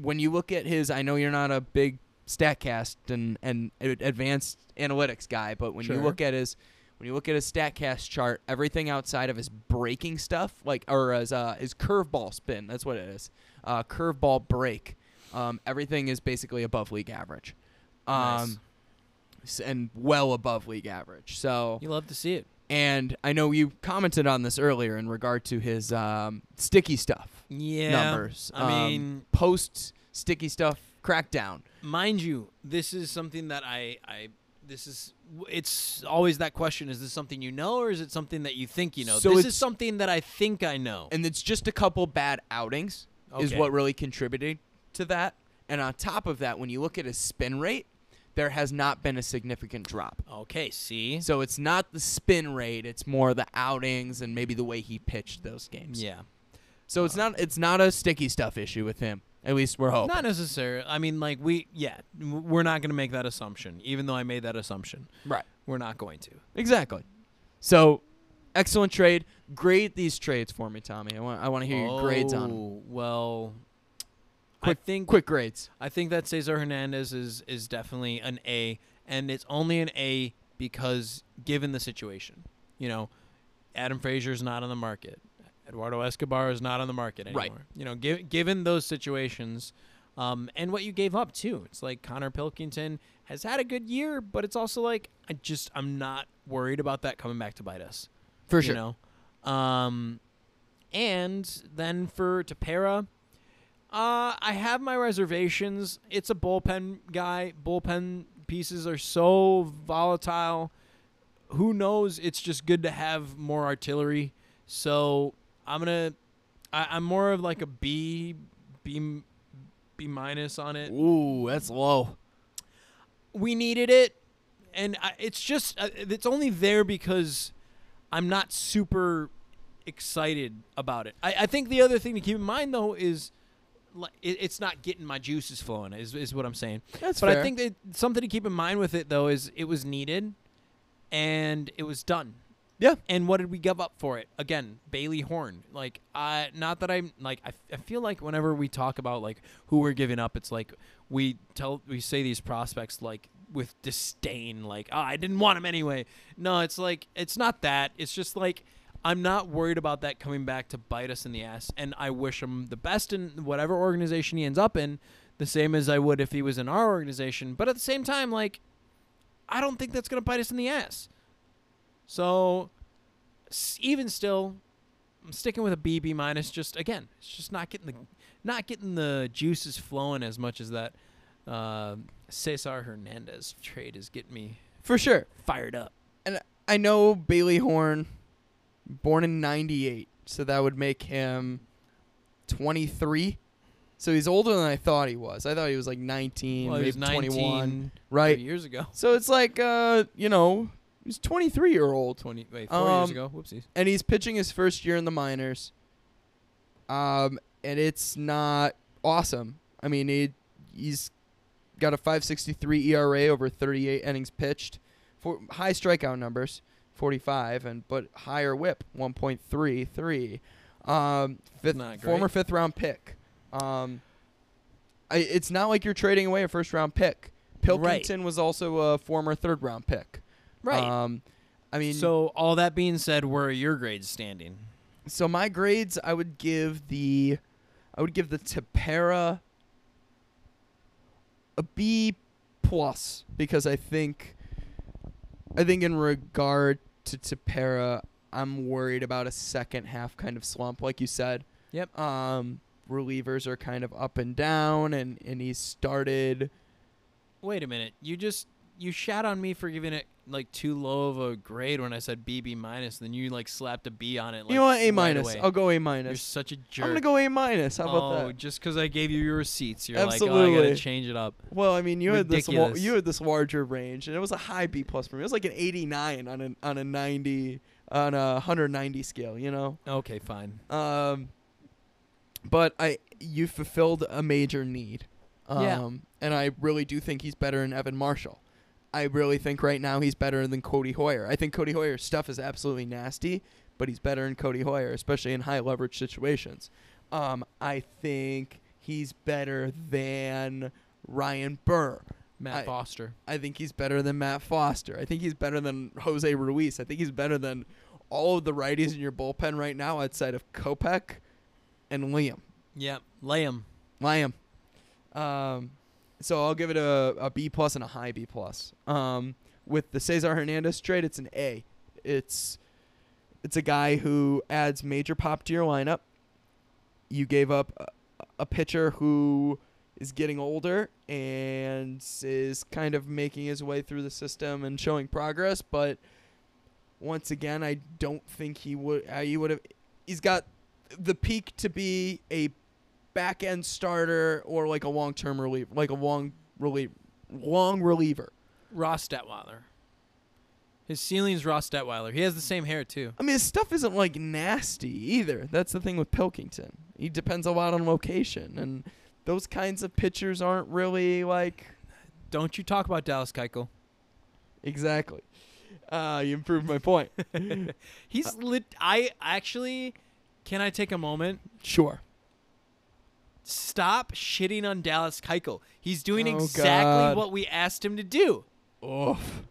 A: when you look at his. I know you're not a big Statcast and and a- advanced analytics guy, but when you
B: Sure.
A: look at his when you look at his Statcast chart, everything outside of his breaking stuff, like or his uh, his curveball spin, that's what it is. Uh, curveball break. Um, everything is basically above league average. Um,
B: Nice.
A: s- and well above league average. So,
B: You love to see it.
A: and I know you commented on this earlier in regard to his um, sticky stuff
B: Yeah.
A: numbers.
B: I
A: Um,
B: mean,
A: post sticky stuff crackdown.
B: mind you, this is something that I, I, this is, it's always that question: Is this something you know, or is it something that you think you know?
A: So
B: this
A: it's-
B: is something that I think I know.
A: And it's just a couple bad outings is
B: Okay.
A: what really contributed to that. And on top of that, when you look at his spin rate, there has not been a significant drop.
B: Okay, see,
A: So it's not the spin rate, it's more the outings and maybe the way he pitched those games.
B: yeah,
A: So it's not it's not a sticky stuff issue with him. At least we're hoping.
B: not necessarily. I mean, like we, yeah, w- we're not going to make that assumption, even though I made that assumption.
A: right.
B: We're not going to.
A: Exactly. So, excellent trade. Grade these trades for me, Tommy. I want I want to hear your grades on 'em.
B: Oh, Well,
A: Quick-
B: I think
A: Quick grades.
B: I think that Cesar Hernandez is is definitely an A, and it's only an A because given the situation, you know, Adam Frazier is not on the market, Eduardo Escobar is not on the market anymore.
A: Right.
B: You know, gi- given those situations, um, and what you gave up too. It's like Connor Pilkington has had a good year, but it's also like I just I'm not worried about that coming back to bite us
A: For
B: you know. Um, and then for Tapera, uh, I have my reservations. It's a bullpen guy. Bullpen pieces are so volatile. Who knows? It's just good to have more artillery. So I'm gonna. I, I'm more of like a B, B, B minus on it
A: Ooh, that's low.
B: we needed it and I, it's just uh, it's only there because i'm not super excited about it I, I think the other thing to keep in mind though is like, it, it's not getting my juices flowing is, is what i'm saying
A: That's
B: but
A: fair.
B: i think that something to keep in mind with it though is it was needed and it was done
A: Yeah.
B: and what did we give up for it again bailey horn like i not that i'm like I, f- I feel like whenever we talk about like who we're giving up it's like we tell we say these prospects like with disdain like oh, i didn't want him anyway no it's like it's not that it's just like i'm not worried about that coming back to bite us in the ass and i wish him the best in whatever organization he ends up in the same as i would if he was in our organization but at the same time like i don't think that's going to bite us in the ass so s- even still, I'm sticking with a B B minus. Just again, it's just not getting the not getting the juices flowing as much as that uh, Cesar Hernandez trade is getting me
A: For sure.
B: fired up.
A: And I know Bailey Horn, born in '98, so that would make him 23. So he's older than I thought he was. I thought he was like 19,
B: Well, he
A: maybe
B: was 19
A: 21.
B: three
A: Right.
B: years ago.
A: So it's like, uh, you know, he's 23 year old.
B: Twenty wait four
A: Um,
B: years ago. Whoopsies.
A: and he's pitching his first year in the minors. Um, and it's not awesome. I mean, he he's got a 563 ERA over 38 innings pitched. For high strikeout numbers, 45, and but higher whip, 1.33. Um, fifth,
B: Not great.
A: former fifth round pick. Um, I, it's not like you're trading away a first round pick.
B: Right.
A: Pilkington was also a former third round pick. Um, I mean, so,
B: so all that being said, where are your grades standing?
A: so my grades, I would give the, I would give the Tapera a B plus because I think, I think in regard to Tapera, I'm worried about a second half kind of slump, like you said.
B: Yep.
A: Um, relievers are kind of up and down, and and he started.
B: Wait a minute. You just you shat on me for giving it like too low of a grade when I said B B minus. Then you like slapped a B on it. Like,
A: you know what? A
B: right
A: minus.
B: away.
A: I'll go A
B: You're
A: minus.
B: such a jerk.
A: I'm gonna go A minus. How about
B: oh,
A: that?
B: just because I gave you your receipts, you're like, oh, I
A: Absolutely.
B: gotta change it up.
A: Well, I mean, you had this
B: Ridiculous.
A: wa- you had this larger range, and it was a high B plus for me. It was like an 89 on an on a 90 on a 190 scale, you know.
B: Okay, fine.
A: Um, but I you fulfilled a major need. Um,
B: Yeah.
A: And I really do think he's better than Evan Marshall. I really think right now he's better than Cody Hoyer. I think Cody Hoyer's stuff is absolutely nasty, but he's better than Cody Hoyer, especially in high leverage situations. Um, I think he's better than Ryan Burr.
B: Matt
A: I-
B: Foster.
A: I think he's better than Matt Foster. I think he's better than Jose Ruiz. I think he's better than all of the righties in your bullpen right now outside of Kopech and Liam.
B: Yep. Liam.
A: Liam. Um, so I'll give it a, a B plus and a high B plus. Um, with the Cesar Hernandez trade, it's an A. It's it's a guy who adds major pop to your lineup. You gave up a, a pitcher who is getting older and is kind of making his way through the system and showing progress, but once again, I don't think he would. Uh, he would have. He's got the peak to be a back end starter or like a long term reliever, like a long relief, long reliever.
B: Ross Detweiler. His ceiling's Ross Detweiler. He has the same hair too.
A: I mean, his stuff isn't like nasty either. That's the thing with Pilkington. He depends a lot on location, and those kinds of pitchers aren't really like
B: Don't you talk about Dallas Keuchel.
A: exactly. Uh, you improved my point.
B: He's
A: Uh,
B: lit. I actually, can I take a moment?
A: sure.
B: Stop shitting on Dallas Keuchel. He's doing
A: Oh,
B: exactly
A: God.
B: what we asked him to do.
A: Oof.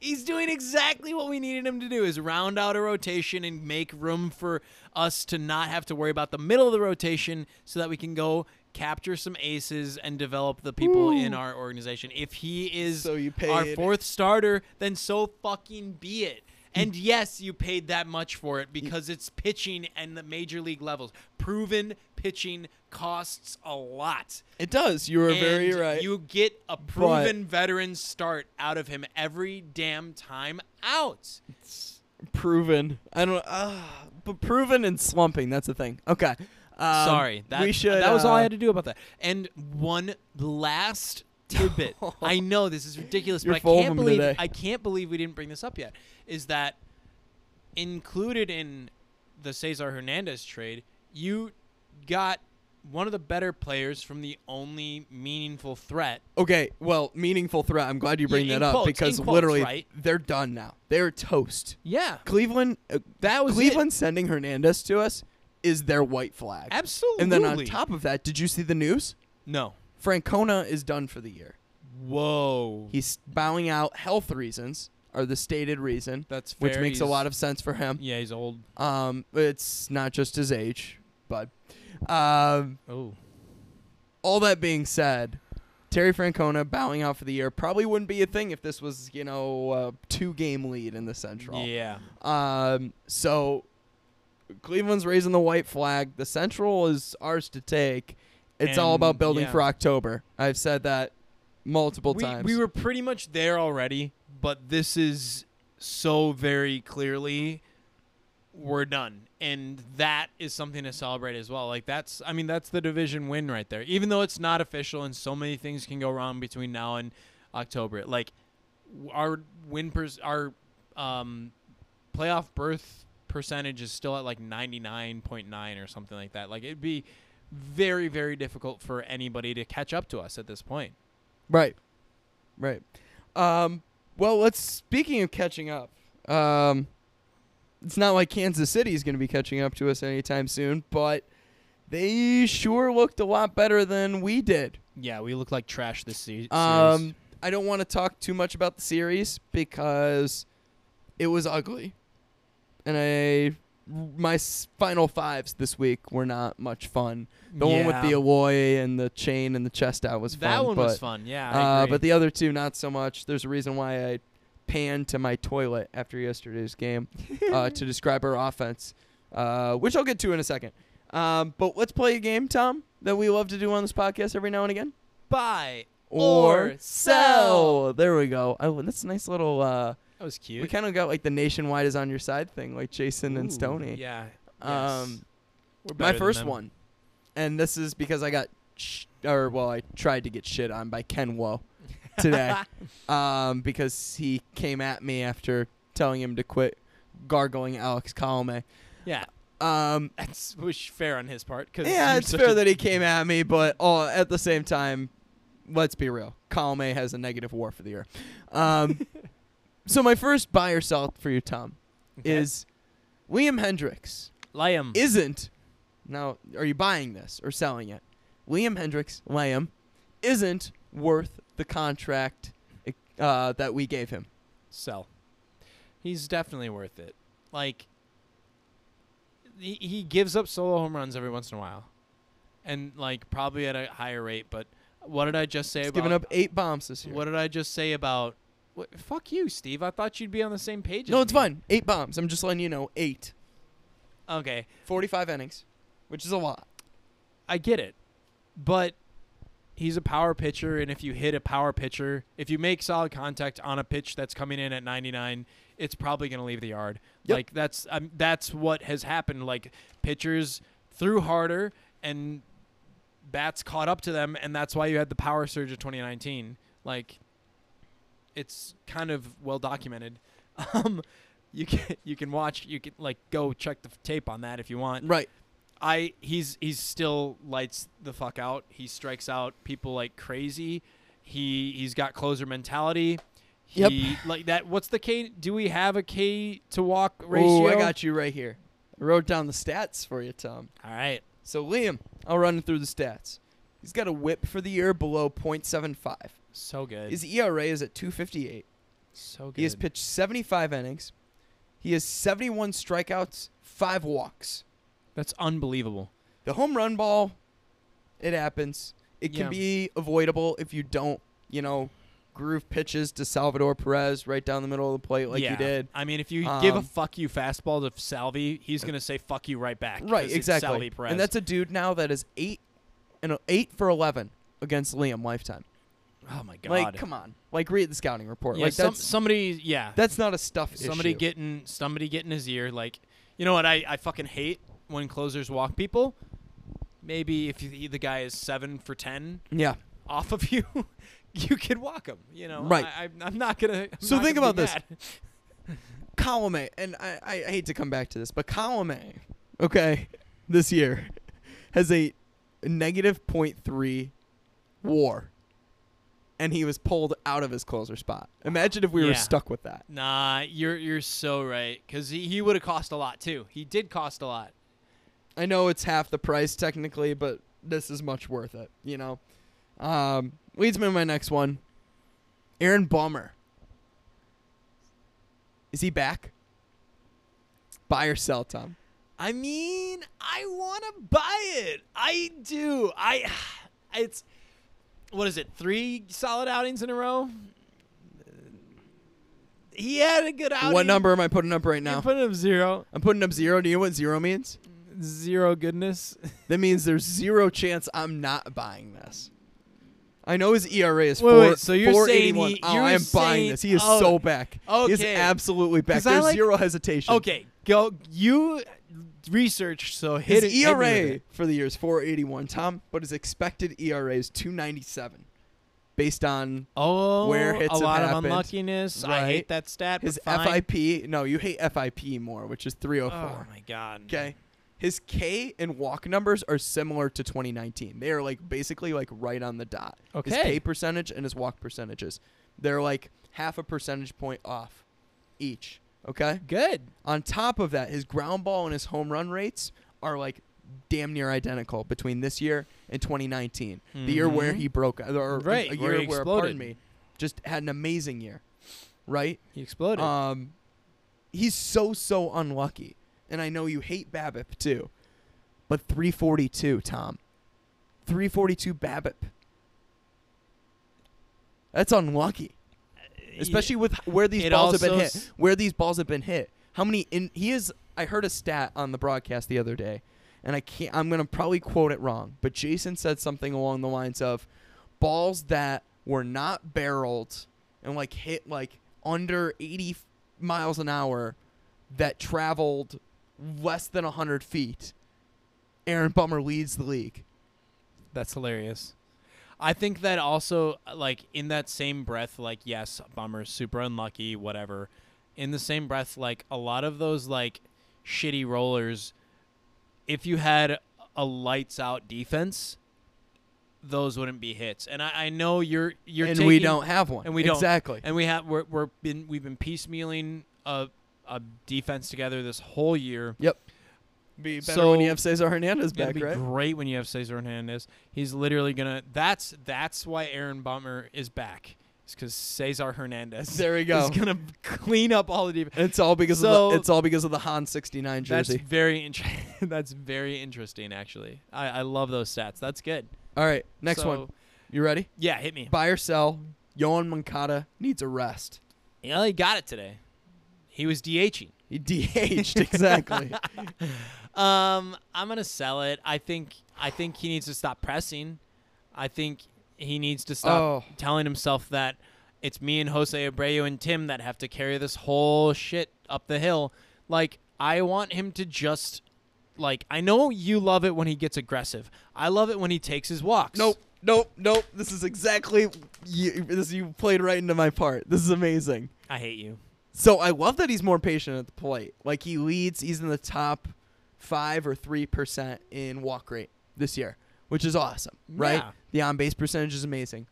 B: He's doing exactly what we needed him to do: is round out a rotation and make room for us to not have to worry about the middle of the rotation, so that we can go capture some aces and develop the people in our organization. If he is
A: So you
B: our
A: paid-
B: fourth starter, then so fucking be it. And yes, you paid that much for it because it's pitching and the major league levels. Proven pitching costs a lot.
A: It does. You were very
B: And
A: right.
B: You get a proven veteran start out of him every damn time out.
A: proven. I don't. Uh, but proven and slumping. That's the thing. Okay. Um,
B: Sorry, that,
A: we should.
B: that was all I
A: uh,
B: had to do about that. And one last tidbit. I know this is ridiculous,
A: You're
B: but I
A: full of
B: can't
A: them
B: believe
A: today.
B: I can't believe we didn't bring this up yet. Is that included in the Cesar Hernandez trade? You got one of the better players from the only meaningful threat
A: Okay, well, meaningful threat. I'm glad you bring
B: Yeah, in
A: that up
B: quotes,
A: because
B: in quotes,
A: literally
B: right?
A: they're done now. They're toast.
B: Yeah.
A: Cleveland, uh,
B: That was it.
A: Cleveland sending Hernandez to us is their white flag.
B: Absolutely.
A: And then on top of that, did you see the news?
B: No.
A: Francona is done for the year.
B: Whoa.
A: He's bowing out. Health reasons are the stated reason,
B: That's fair.
A: which makes a lot of sense for him.
B: Yeah, he's old.
A: Um, it's not just his age, but um,
B: Oh.
A: all that being said, Terry Francona bowing out for the year probably wouldn't be a thing if this was, you know, a two game lead in the Central.
B: Yeah.
A: Um, so Cleveland's raising the white flag. The Central is ours to take. It's all
B: And,
A: about building
B: yeah.
A: for October. I've said that multiple
B: We,
A: times.
B: we were pretty much there already, but this is so very clearly we're done. And that is something to celebrate as well. Like that's I mean that's the division win right there. Even though it's not official and so many things can go wrong between now and October. Like w- our win pers- our um playoff berth percentage is still at like 99.9 or something like that. Like it'd be very, very difficult for anybody to catch up to us at this point.
A: Right. Right. Um, well, let's speaking of catching up. Um, it's not like Kansas City is going to be catching up to us anytime soon, but they sure looked a lot better than we did.
B: Yeah, we look like trash this se- series.
A: Um, I don't want to talk too much about the series because it was ugly, and I my s- final fives this week were not much fun. The one with the
B: Yeah.
A: alloy and the chain and the chest out was
B: that
A: fun.
B: one
A: but
B: was fun. Yeah, I
A: uh,
B: agree.
A: but the other two, not so much. There's a reason why I panned to my toilet after yesterday's game uh, to describe our offense, uh, which I'll get to in a second. Um, but let's play a game, Tom, that we love to do on this podcast every now and again.
B: buy
A: Or,
B: Or
A: sell. There we go. Oh, that's a nice little. Uh,
B: that was cute.
A: we kind of got like the nationwide is on your side thing, like Jason and
B: Ooh,
A: Stoney.
B: Yeah.
A: Um,
B: yes.
A: My
B: We're better than
A: first
B: them.
A: one, and this is because I got, sh- or well, I tried to get shit on by Ken Woe today, um, because he came at me after telling him to quit gargling Alex Colome.
B: Yeah,
A: Um,
B: that's which fair on his part. Cause
A: yeah,
B: you're
A: it's
B: such
A: fair
B: a-
A: that he came at me, but all at the same time, let's be real. Colome has a negative war for the year. Um, so my first buy or sell for you, Tom,
B: Okay.
A: is Liam Hendricks
B: Liam.
A: isn't now are you buying this or selling it liam hendricks liam isn't worth the contract uh, that we gave him
B: sell. He's definitely worth it. Like he, he gives up solo home runs every once in a while. And like probably at a higher rate, but what did I just say
A: he's
B: about
A: given up eight bombs this year
B: What did I just say about what, fuck you, Steve. I thought you'd be on the same page
A: no
B: as
A: it's
B: me.
A: fine eight bombs i'm just letting you know eight
B: Okay.
A: 45 innings which is a lot
B: I get it. But he's a power pitcher and if you hit a power pitcher, if you make solid contact on a pitch that's coming in at 99, it's probably going to leave the yard.
A: Yep.
B: Like that's um, that's what has happened like pitchers threw harder and bats caught up to them and that's why you had the power surge of 2019. Like it's kind of well documented. Um you can you can watch you can like go check the tape on that if you want.
A: right
B: I he's he's still lights the fuck out. He strikes out people like crazy. He he's got closer mentality. He,
A: Yep.
B: Like that. What's the K? Do we have a K to walk ratio?
A: Ooh, i got you right here i wrote down the stats for you tom
B: All right.
A: so liam i'll run through the stats he's got a whip for the year below 0.75
B: So good.
A: his era is at 258
B: so good.
A: He has pitched 75 innings. He has 71 strikeouts, five walks.
B: That's unbelievable.
A: The home run ball, it happens. It can
B: Yeah.
A: be avoidable if you don't, you know, groove pitches to Salvador Perez right down the middle of the plate like
B: yeah.
A: you did.
B: I mean, if you give a
A: Um,
B: fuck you fastball to Salvi, he's gonna say fuck you right back.
A: Right,
B: 'cause it's
A: exactly.
B: Salvi Perez.
A: And that's a dude now that is eight and eight for 11 against Liam lifetime.
B: oh my god.
A: Like, come on, like read the scouting report.
B: Yeah,
A: like
B: some,
A: that's
B: somebody. Yeah.
A: that's not a stuff
B: somebody
A: issue.
B: getting somebody getting his ear like you know what I, I fucking hate when closers walk people maybe if you, the guy is seven for ten
A: yeah.
B: off of you you could walk him you know
A: Right.
B: I, I, i'm not gonna I'm
A: So
B: not
A: think
B: gonna
A: about
B: be
A: this.
B: mad.
A: column A, and I, I I hate to come back to this, but column A, okay, this year has a negative point three war. And he was pulled out of his closer spot. Imagine if we
B: Yeah.
A: were stuck with that.
B: nah you're you're so right because he, he would have cost a lot too he did cost a lot
A: I know it's half the price technically, but this is much worth it, you know? Um, leads me to my next one Aaron Bummer. Is he back? Buy or sell, Tom?
B: I mean, I want to buy it. I do. I it's what is it? 3 solid outings in a row? He had a good outing.
A: What number am I putting up right
B: You
A: now?
B: put him zero.
A: I'm putting up zero. Do you know what zero means?
B: Zero goodness.
A: That means there's zero chance I'm not buying this. I know his ERA is
B: Wait,
A: four.
B: wait, so you're saying
A: 481.
B: he-
A: oh,
B: you're
A: I am
B: saying-
A: buying this. He is
B: oh,
A: so back. He is
B: okay.
A: absolutely back.
B: 'Cause I
A: There's
B: like-
A: zero hesitation.
B: okay, go you research so hit
A: His E
B: it, hit me with
A: ERA
B: it.
A: for the year is 481, Tom, but his expected ERA is 297 based on
B: Oh,
A: Where hits
B: a
A: have
B: lot of
A: happened.
B: unluckiness. I
A: Right.
B: hate that stat.
A: his
B: but fine.
A: FIP. No, you hate FIP more, which is
B: Oh
A: 304.
B: my god.
A: Okay. His K and walk numbers are similar to 2019. They are like basically like right on the dot. His
B: Okay.
A: K percentage and his walk percentages. They're like half a percentage point off each. Okay?
B: Good.
A: On top of that, his ground ball and his home run rates are like damn near identical between this year and 2019, the year where
B: Mhm.
A: he broke or a-
B: Right,
A: a year
B: where
A: where,
B: he
A: pardon
B: exploded.
A: me, just had an amazing year, right?
B: He exploded. Uh,
A: Um, he's so so unlucky, and I know you hate BABIP too, but 342, Tom, 342 BABIP. That's unlucky especially with h- where these
B: It
A: balls have been
B: also
A: hit.
B: s-
A: Where these balls have been hit. How many? In he is. I heard a stat on the broadcast the other day, and I can't. I'm gonna probably quote it wrong, but Jason said something along the lines of, "Balls that were not barreled and like hit like under 80 f- miles an hour, that traveled less than 100 feet." Aaron Bummer leads the league.
B: That's hilarious. I think that also, like, in that same breath, like, yes, bummer, super unlucky, whatever. In the same breath, like, a lot of those, like, shitty rollers, if you had a lights out defense, those wouldn't be hits. And I, I know you're, you're,
A: and
B: taking,
A: we don't have one.
B: and we don't.
A: exactly.
B: and we have, we're, we're been, we've been piecemealing a, a defense together this whole year.
A: yep. Be better
B: So-
A: when you have Cesar Hernandez
B: It's gonna
A: back,
B: be
A: right?
B: great when you have Cesar Hernandez. He's literally gonna. That's that's why Aaron Bummer is back. It's because Cesar Hernandez
A: There we go.
B: is gonna clean up all the deep.
A: It's all because
B: So-
A: of the, it's all because of the Han sixty nine
B: That's
A: jersey.
B: very interesting. that's very interesting, actually. I, I love those stats. That's good.
A: All right, next
B: So-
A: one. You ready?
B: Yeah, hit me.
A: Buy or sell? Yohan Mankata needs a rest.
B: Yeah, he got it today. He was DHing.
A: He DH'd exactly.
B: Um, I'm gonna sell it. I think I think he needs to stop pressing. I think he needs to stop
A: Oh.
B: telling himself that it's me and Jose Abreu and Tim that have to carry this whole shit up the hill. Like I want him to just like I know you love it when he gets aggressive. I love it when he takes his walks.
A: nope, nope, nope. This is exactly you, this. You played right into my part. This is amazing.
B: I hate you.
A: So I love that he's more patient at the plate. Like he leads, he's in the top five or three percent in walk rate this year, which is awesome, right?
B: Yeah.
A: The on base percentage is amazing.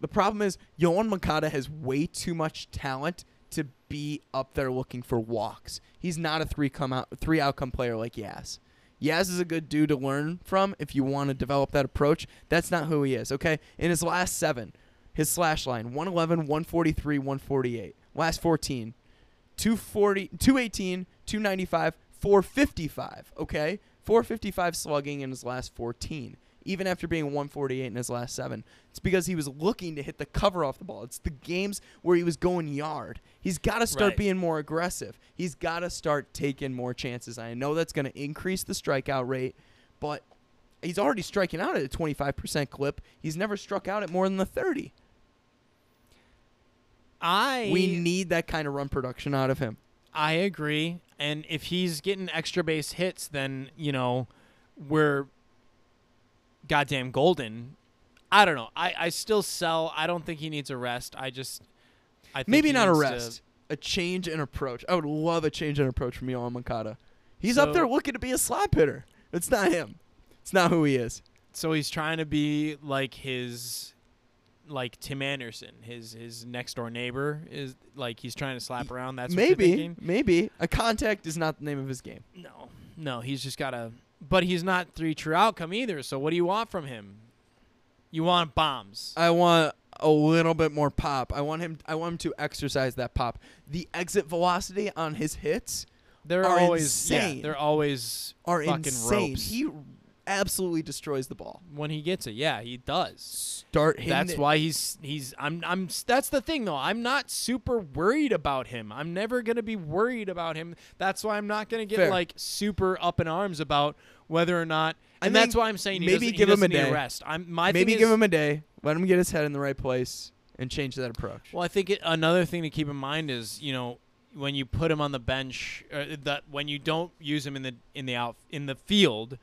A: The problem is Yohan Makata has way too much talent to be up there looking for walks. He's not a three come out three outcome player like Yaz. Yaz is a good dude to learn from if you want to develop that approach. That's not who he is, okay? In his last seven, his slash line 111, 143, 148. Last 14, 240, 218, 295, 455. Okay? 455 slugging in his last 14, even after being 148 in his last seven. It's because he was looking to hit the cover off the ball. It's the games where he was going yard. He's got to start
B: Right.
A: being more aggressive. He's got to start taking more chances. I know that's going to increase the strikeout rate, but he's already striking out at a 25% clip. He's never struck out at more than the 30.
B: I
A: We need that kind of run production out of him.
B: I agree. And if he's getting extra base hits, then, you know, we're goddamn golden. I don't know. I, I still sell. I don't think he needs a rest. I just. I think
A: Maybe
B: he
A: not a
B: needs to-
A: rest. a change in approach. I would love a change in approach from Yohan Mankata. He's up
B: So-
A: there looking to be a slap hitter. It's not him. It's not who he is.
B: so he's trying to be like his. Like Tim Anderson, his his next door neighbor is like he's trying to slap around. That's what you're
A: maybe,
B: thinking?
A: maybe a contact is not the name of his game.
B: no, no. He's just got to, but he's not three true outcome either. So what do you want from him? You want bombs.
A: I want a little bit more pop. I want him. I want him to exercise that pop. The exit velocity on his hits
B: They're
A: are
B: always
A: insane.
B: Yeah, they're always
A: are
B: fucking
A: insane.
B: ropes.
A: He absolutely destroys the ball.
B: when he gets it, yeah, he does.
A: Start hitting.
B: That's
A: it.
B: why he's he's I'm I'm that's the thing though. I'm not super worried about him. I'm never going to be worried about him. That's why I'm not going to get
A: Fair.
B: like super up in arms about whether or not
A: I
B: and that's
A: think
B: why I'm saying he
A: maybe
B: doesn't,
A: give
B: he
A: him a
B: doesn't need
A: day.
B: rest. I'm my
A: maybe
B: thing
A: give
B: is,
A: him a day. Let him get his head in the right place and change that approach.
B: Well, I think it, another thing to keep in mind is you know when you put him on the bench, uh, that when you don't use him in the in the out in the field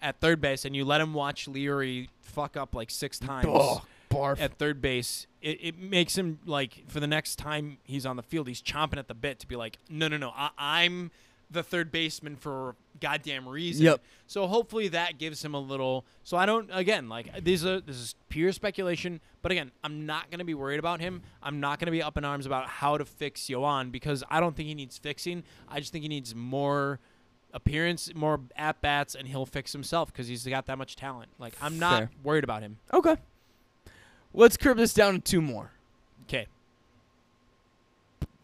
B: at third base, and you let him watch Leary fuck up like six times
A: Oh, barf.
B: at third base, it, it makes him like for the next time he's on the field, he's chomping at the bit to be like, no, no, no, I, I'm the third baseman for goddamn reason.
A: Yep.
B: So hopefully that gives him a little. So I don't again like uh, these are this is pure speculation, but again I'm not gonna be worried about him. I'm not gonna be up in arms about how to fix Yoan because I don't think he needs fixing. I just think he needs more appearance, more at bats, and he'll fix himself because he's got that much talent. Like I'm not
A: Fair.
B: worried about him.
A: Okay. Let's curb this down to two more.
B: Okay.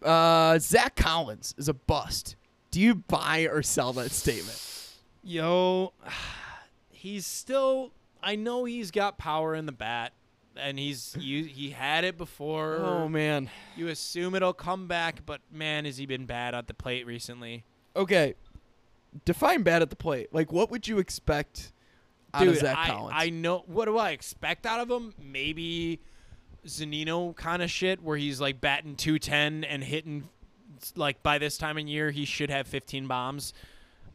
A: Uh, Zach Collins is a bust. Do you buy or sell that statement?
B: Yo, he's still. I know he's got power in the bat, and he's you. He had it before.
A: Oh, man.
B: You assume it'll come back, but man, has he been bad at the plate recently?
A: Okay. Define bad at the plate. Like, what would you expect out
B: Dude,
A: of Zach
B: I,
A: Collins?
B: I know. What do I expect out of him? Maybe Zanino kind of shit, where he's like batting two ten and hitting. Like by this time of year, he should have fifteen bombs,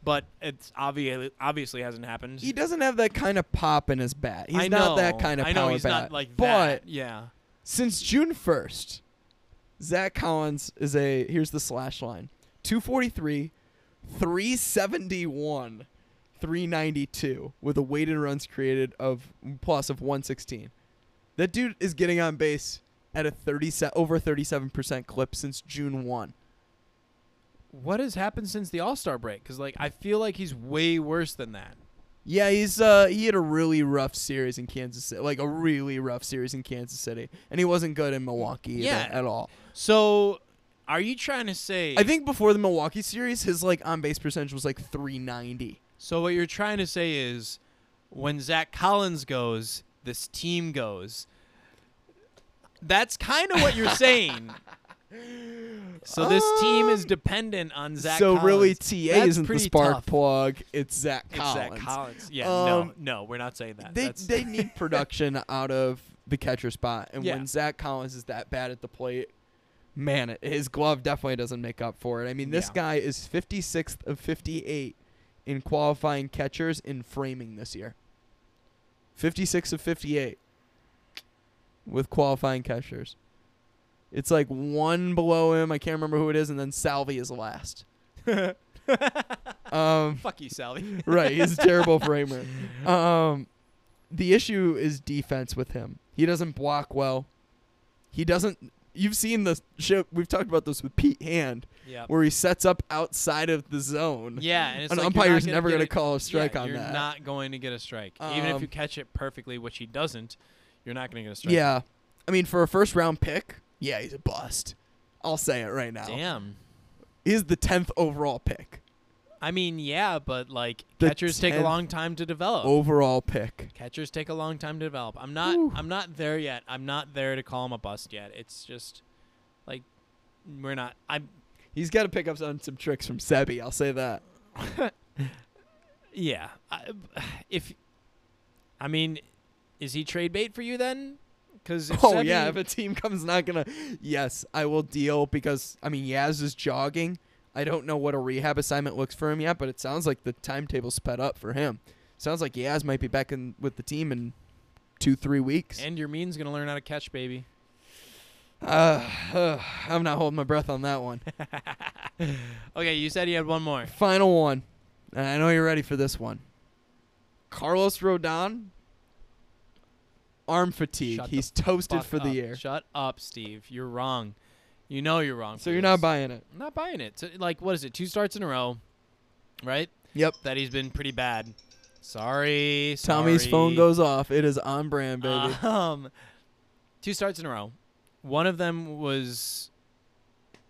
B: but it's obviously obviously hasn't happened.
A: he doesn't have that kind of pop in his bat. He's
B: I
A: not that
B: know.
A: kind of
B: I know
A: power
B: he's
A: bat.
B: not like
A: but
B: that. yeah.
A: since June 1st, Zach Collins is a here's the slash line 243, 371, 392 with a weighted runs created of plus of 116. That dude is getting on base at a 30 se- over 37% clip since June 1.
B: What has happened since the All Star break? Because like I feel like he's way worse than that.
A: Yeah, he's uh he had a really rough series in Kansas City, like a really rough series in Kansas City, and he wasn't good in Milwaukee
B: Yeah.
A: yeah. at all.
B: So, are you trying to say?
A: I think before the Milwaukee series, his like on base percentage was like 390.
B: So what you're trying to say is, when Zach Collins goes, this team goes. That's kind of what you're saying. So this team is
A: Um,
B: dependent on Zach.
A: so
B: Collins.
A: really, TA
B: That's
A: isn't the
B: pretty
A: spark
B: tough.
A: plug. It's Zach
B: It's Zach
A: Collins.
B: Collins. Yeah.
A: Um,
B: no, no, we're not saying that.
A: They
B: That's-
A: they need production out of the catcher spot, and
B: Yeah.
A: when Zach Collins is that bad at the plate, man, it, his glove definitely doesn't make up for it. I mean, this
B: Yeah.
A: guy is 56th of 58 in qualifying catchers in framing this year. 56 of 58 with qualifying catchers. It's like one below him. I can't remember who it is, and then Salvi is last. um,
B: Fuck you, Sally.
A: right. He's a terrible framer. Um, the issue is defense with him. He doesn't block well. He doesn't. You've seen this. Shit, we've talked about this with Pete Hand,
B: Yeah.
A: where he sets up outside of the zone.
B: Yeah, and it's
A: An
B: like you're
A: umpire's
B: not
A: never
B: get
A: gonna
B: it-
A: call a strike
B: yeah,
A: on
B: you're
A: that.
B: not going to get a strike, even if
A: Um,
B: you catch it perfectly, which he doesn't. You're not going to get a strike.
A: Yeah. I mean, for a first round pick, yeah, he's a bust. I'll say it right now.
B: Damn.
A: He's the tenth overall pick.
B: I mean, yeah, but like
A: The
B: catchers take a
A: 10th
B: long time to develop.
A: Overall pick.
B: Catchers take a long time to develop. I'm not.
A: Whew.
B: I'm not there yet. I'm not there to call him a bust yet. It's just like we're not. I'm.
A: He's got to pick up on some tricks from Sebi. I'll say that.
B: Yeah. I, if I mean, is he trade bait for you then? Because
A: Oh yeah, if a team comes not gonna, yes, I will deal because I mean Yaz is jogging. I don't know what a rehab assignment looks for him yet, but it sounds like the timetable sped up for him. Sounds like Yaz might be back in with the team in two three weeks.
B: and your mean's gonna learn how to catch, baby.
A: Uh, I'm not holding my breath on that one.
B: okay, you said you had one more.
A: Final one, and I know you're ready for this one. Carlos Rodon, arm fatigue.
B: Shut the
A: He's toasted
B: Fuck
A: for the
B: up.
A: year,
B: Shut up, Steve. You're wrong. You know you're wrong.
A: so
B: for
A: you're not
B: this.
A: buying it.
B: I'm not buying it. So, like, what is it? Two starts in a row, right?
A: Yep.
B: That he's been pretty bad. Sorry.
A: Tommy's
B: sorry.
A: phone goes off. It is on brand, baby.
B: Um, two starts in a row. One of them was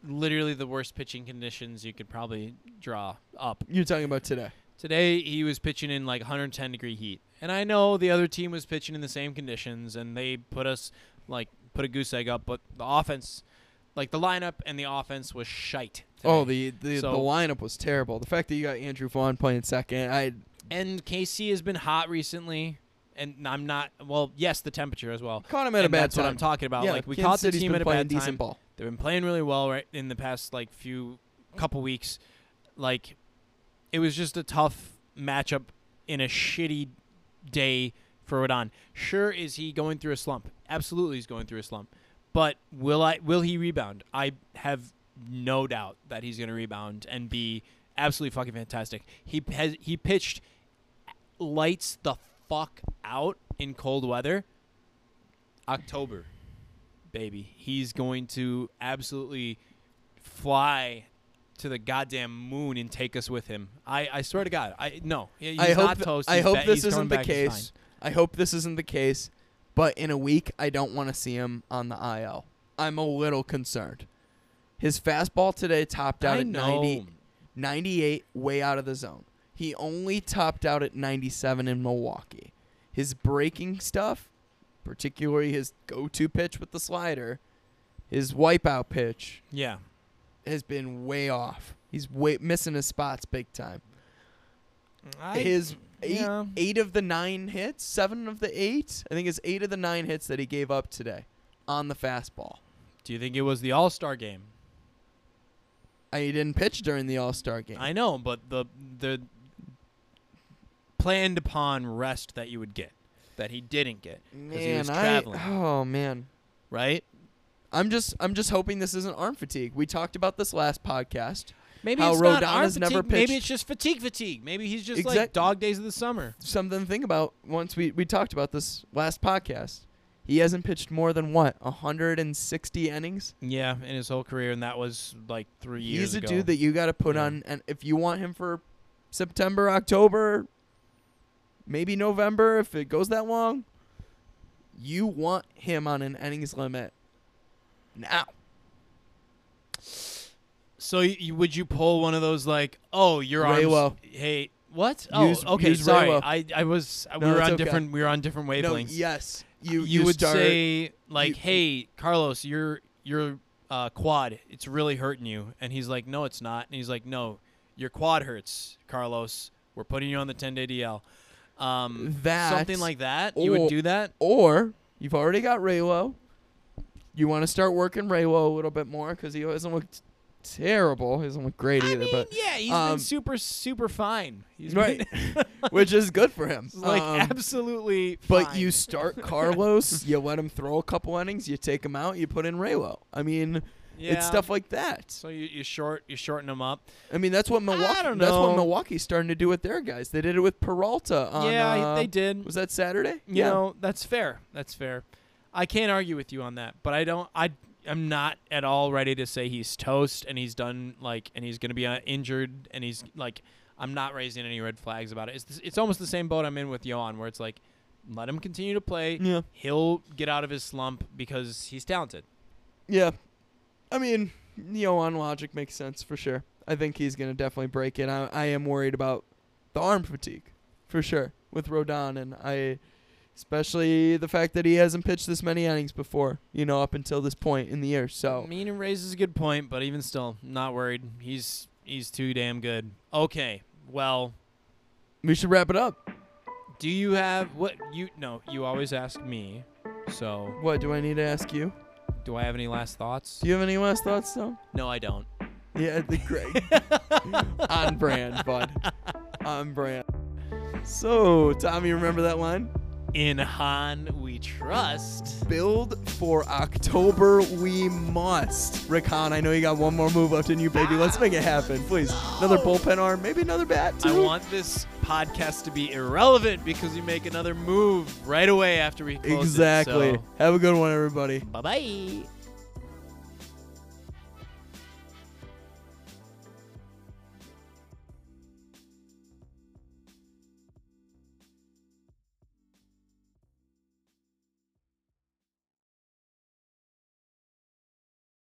B: literally the worst pitching conditions you could probably draw up.
A: You're talking about today.
B: Today he was pitching in like 110 degree heat, and I know the other team was pitching in the same conditions, and they put us like put a goose egg up, but the offense, like the lineup and the offense was shite. today.
A: Oh, the the, the
B: So-
A: lineup was terrible. The fact that you got Andrew Vaughn playing second, I
B: and KC has been hot recently, and I'm not. Well, yes, the temperature as well.
A: caught him at a
B: And
A: bad
B: that's
A: time.
B: what I'm talking about.
A: Yeah,
B: like we
A: Kansas
B: caught the
A: City's
B: team
A: been
B: at a
A: playing
B: bad
A: decent
B: time.
A: ball.
B: They've been playing really well right in the past like few couple weeks. Like it was just a tough matchup in a shitty day for Rodon. Sure is he going through a slump. Absolutely he's going through a slump. But will I will he rebound? I have no doubt that he's going to rebound and be absolutely fucking fantastic. He p- has he pitched lights the fuck out in cold weather. October, baby, he's going to absolutely fly to the goddamn moon and take us with him. I, I swear to God, I no, he- he's
A: I hope
B: not
A: th-
B: toast.
A: I
B: He's
A: hope
B: ba-
A: this
B: he's
A: isn't
B: coming
A: the
B: back, he's
A: case. I hope this isn't the case, but in a week I don't want to see him on the IL. I'm a little concerned. His fastball today topped
B: fine.
A: out
B: I
A: at
B: know.
A: 90, 98 way out of the zone. He only topped out at 97 in Milwaukee. His breaking stuff, particularly his go-to pitch with the slider, his wipeout pitch
B: Yeah,
A: has been way off. He's way, missing his spots big time.
B: I,
A: his eight,
B: yeah.
A: eight of the nine hits, seven of the eight, I think it's eight of the nine hits that he gave up today on the fastball.
B: Do you think it was the All Star game?
A: I, he didn't pitch during the All Star game.
B: I know, but the the planned upon rest that you would get, that he didn't get,
A: man,
B: he was
A: I-
B: traveling.
A: oh man,
B: right?
A: I'm just I'm just hoping this isn't arm fatigue. We talked about this last podcast.
B: Maybe
A: How
B: it's not
A: Rodon
B: arm
A: has never
B: fatigue, Maybe
A: pitched.
B: it's just fatigue fatigue. Maybe he's just like
A: Exact-
B: dog days of the summer.
A: Something to think about once we we talked about this last podcast. He hasn't pitched more than what 160 innings.
B: Yeah, in his whole career, and that was like three years
A: He's a
B: ago.
A: dude that you got to put
B: Yeah.
A: on, and if you want him for September, October, maybe November, if it goes that long, you want him on an innings limit now.
B: so y you, would you pull one of those like, oh, you're on?
A: Raywell.
B: Hey, what? Oh,
A: Use-
B: okay.
A: use
B: sorry,
A: Raywell.
B: I I was
A: No,
B: we were
A: it's
B: on
A: okay.
B: different we were on different
A: No,
B: wavelengths.
A: yes, you
B: you, would
A: start,
B: say like,
A: you-
B: "Hey, Carlos, your your uh, quad, it's really hurting you," and he's like, "No, it's not," and he's like, "No, your quad hurts, Carlos. We're putting you on the 10-day DL." Um,
A: That
B: something like that. You would
A: or-
B: do that.
A: or you've already got Raylo. You want to start working Raylo a little bit more because he hasn't looked terrible. He hasn't looked great
B: I
A: either,
B: mean,
A: but
B: yeah, he's been
A: um,
B: super super fine. He's
A: right,
B: been
A: which is good for him.
B: like
A: Um,
B: absolutely.
A: But
B: fine.
A: you start Carlos, you let him throw a couple innings, you take him out, you put in Raylo. I mean,
B: yeah.
A: it's stuff like that.
B: So you, you short you shorten him up.
A: I mean, that's what Milwaukee.
B: don't
A: That's what
B: know.
A: Milwaukee's starting to do with their guys. They did it with Peralta. On,
B: yeah,
A: uh,
B: they did.
A: Was that Saturday?
B: You know, that's fair. That's fair. I can't argue with you on that, but I don't. I I'm not at all ready to say he's toast and he's done like and he's gonna be uh, injured and he's like I'm not raising any red flags about it. It's th- it's almost the same boat I'm in with Johan, where it's like let him continue to play.
A: yeah,
B: He'll get out of his slump because he's talented.
A: yeah. I mean, you know, on logic makes sense for sure. I think he's gonna definitely break it. I, I am worried about the arm fatigue for sure with Rodon, and I, especially the fact that he hasn't pitched this many innings before. You know, up until this point in the year. So.
B: I mean, it raises a good point, but even still, not worried. He's he's too damn good. Okay, well,
A: We should wrap it up.
B: do you have what you? No, you always ask me. So
A: What do I need to ask you?
B: Do I have any last thoughts?
A: Do you have any last thoughts, though?
B: No, I don't.
A: Yeah, the Greg on brand, bud. On brand. So, Tommy, remember that line?
B: In Han we trust.
A: Build for October we must. Rick Hahn, I know you got one more move left in you, baby. Let's make it happen, please. Another bullpen arm, maybe another bat too.
B: I want this podcast to be irrelevant because we make another move right away after we close
A: exactly.
B: it.
A: Have a good one, everybody.
B: Bye bye.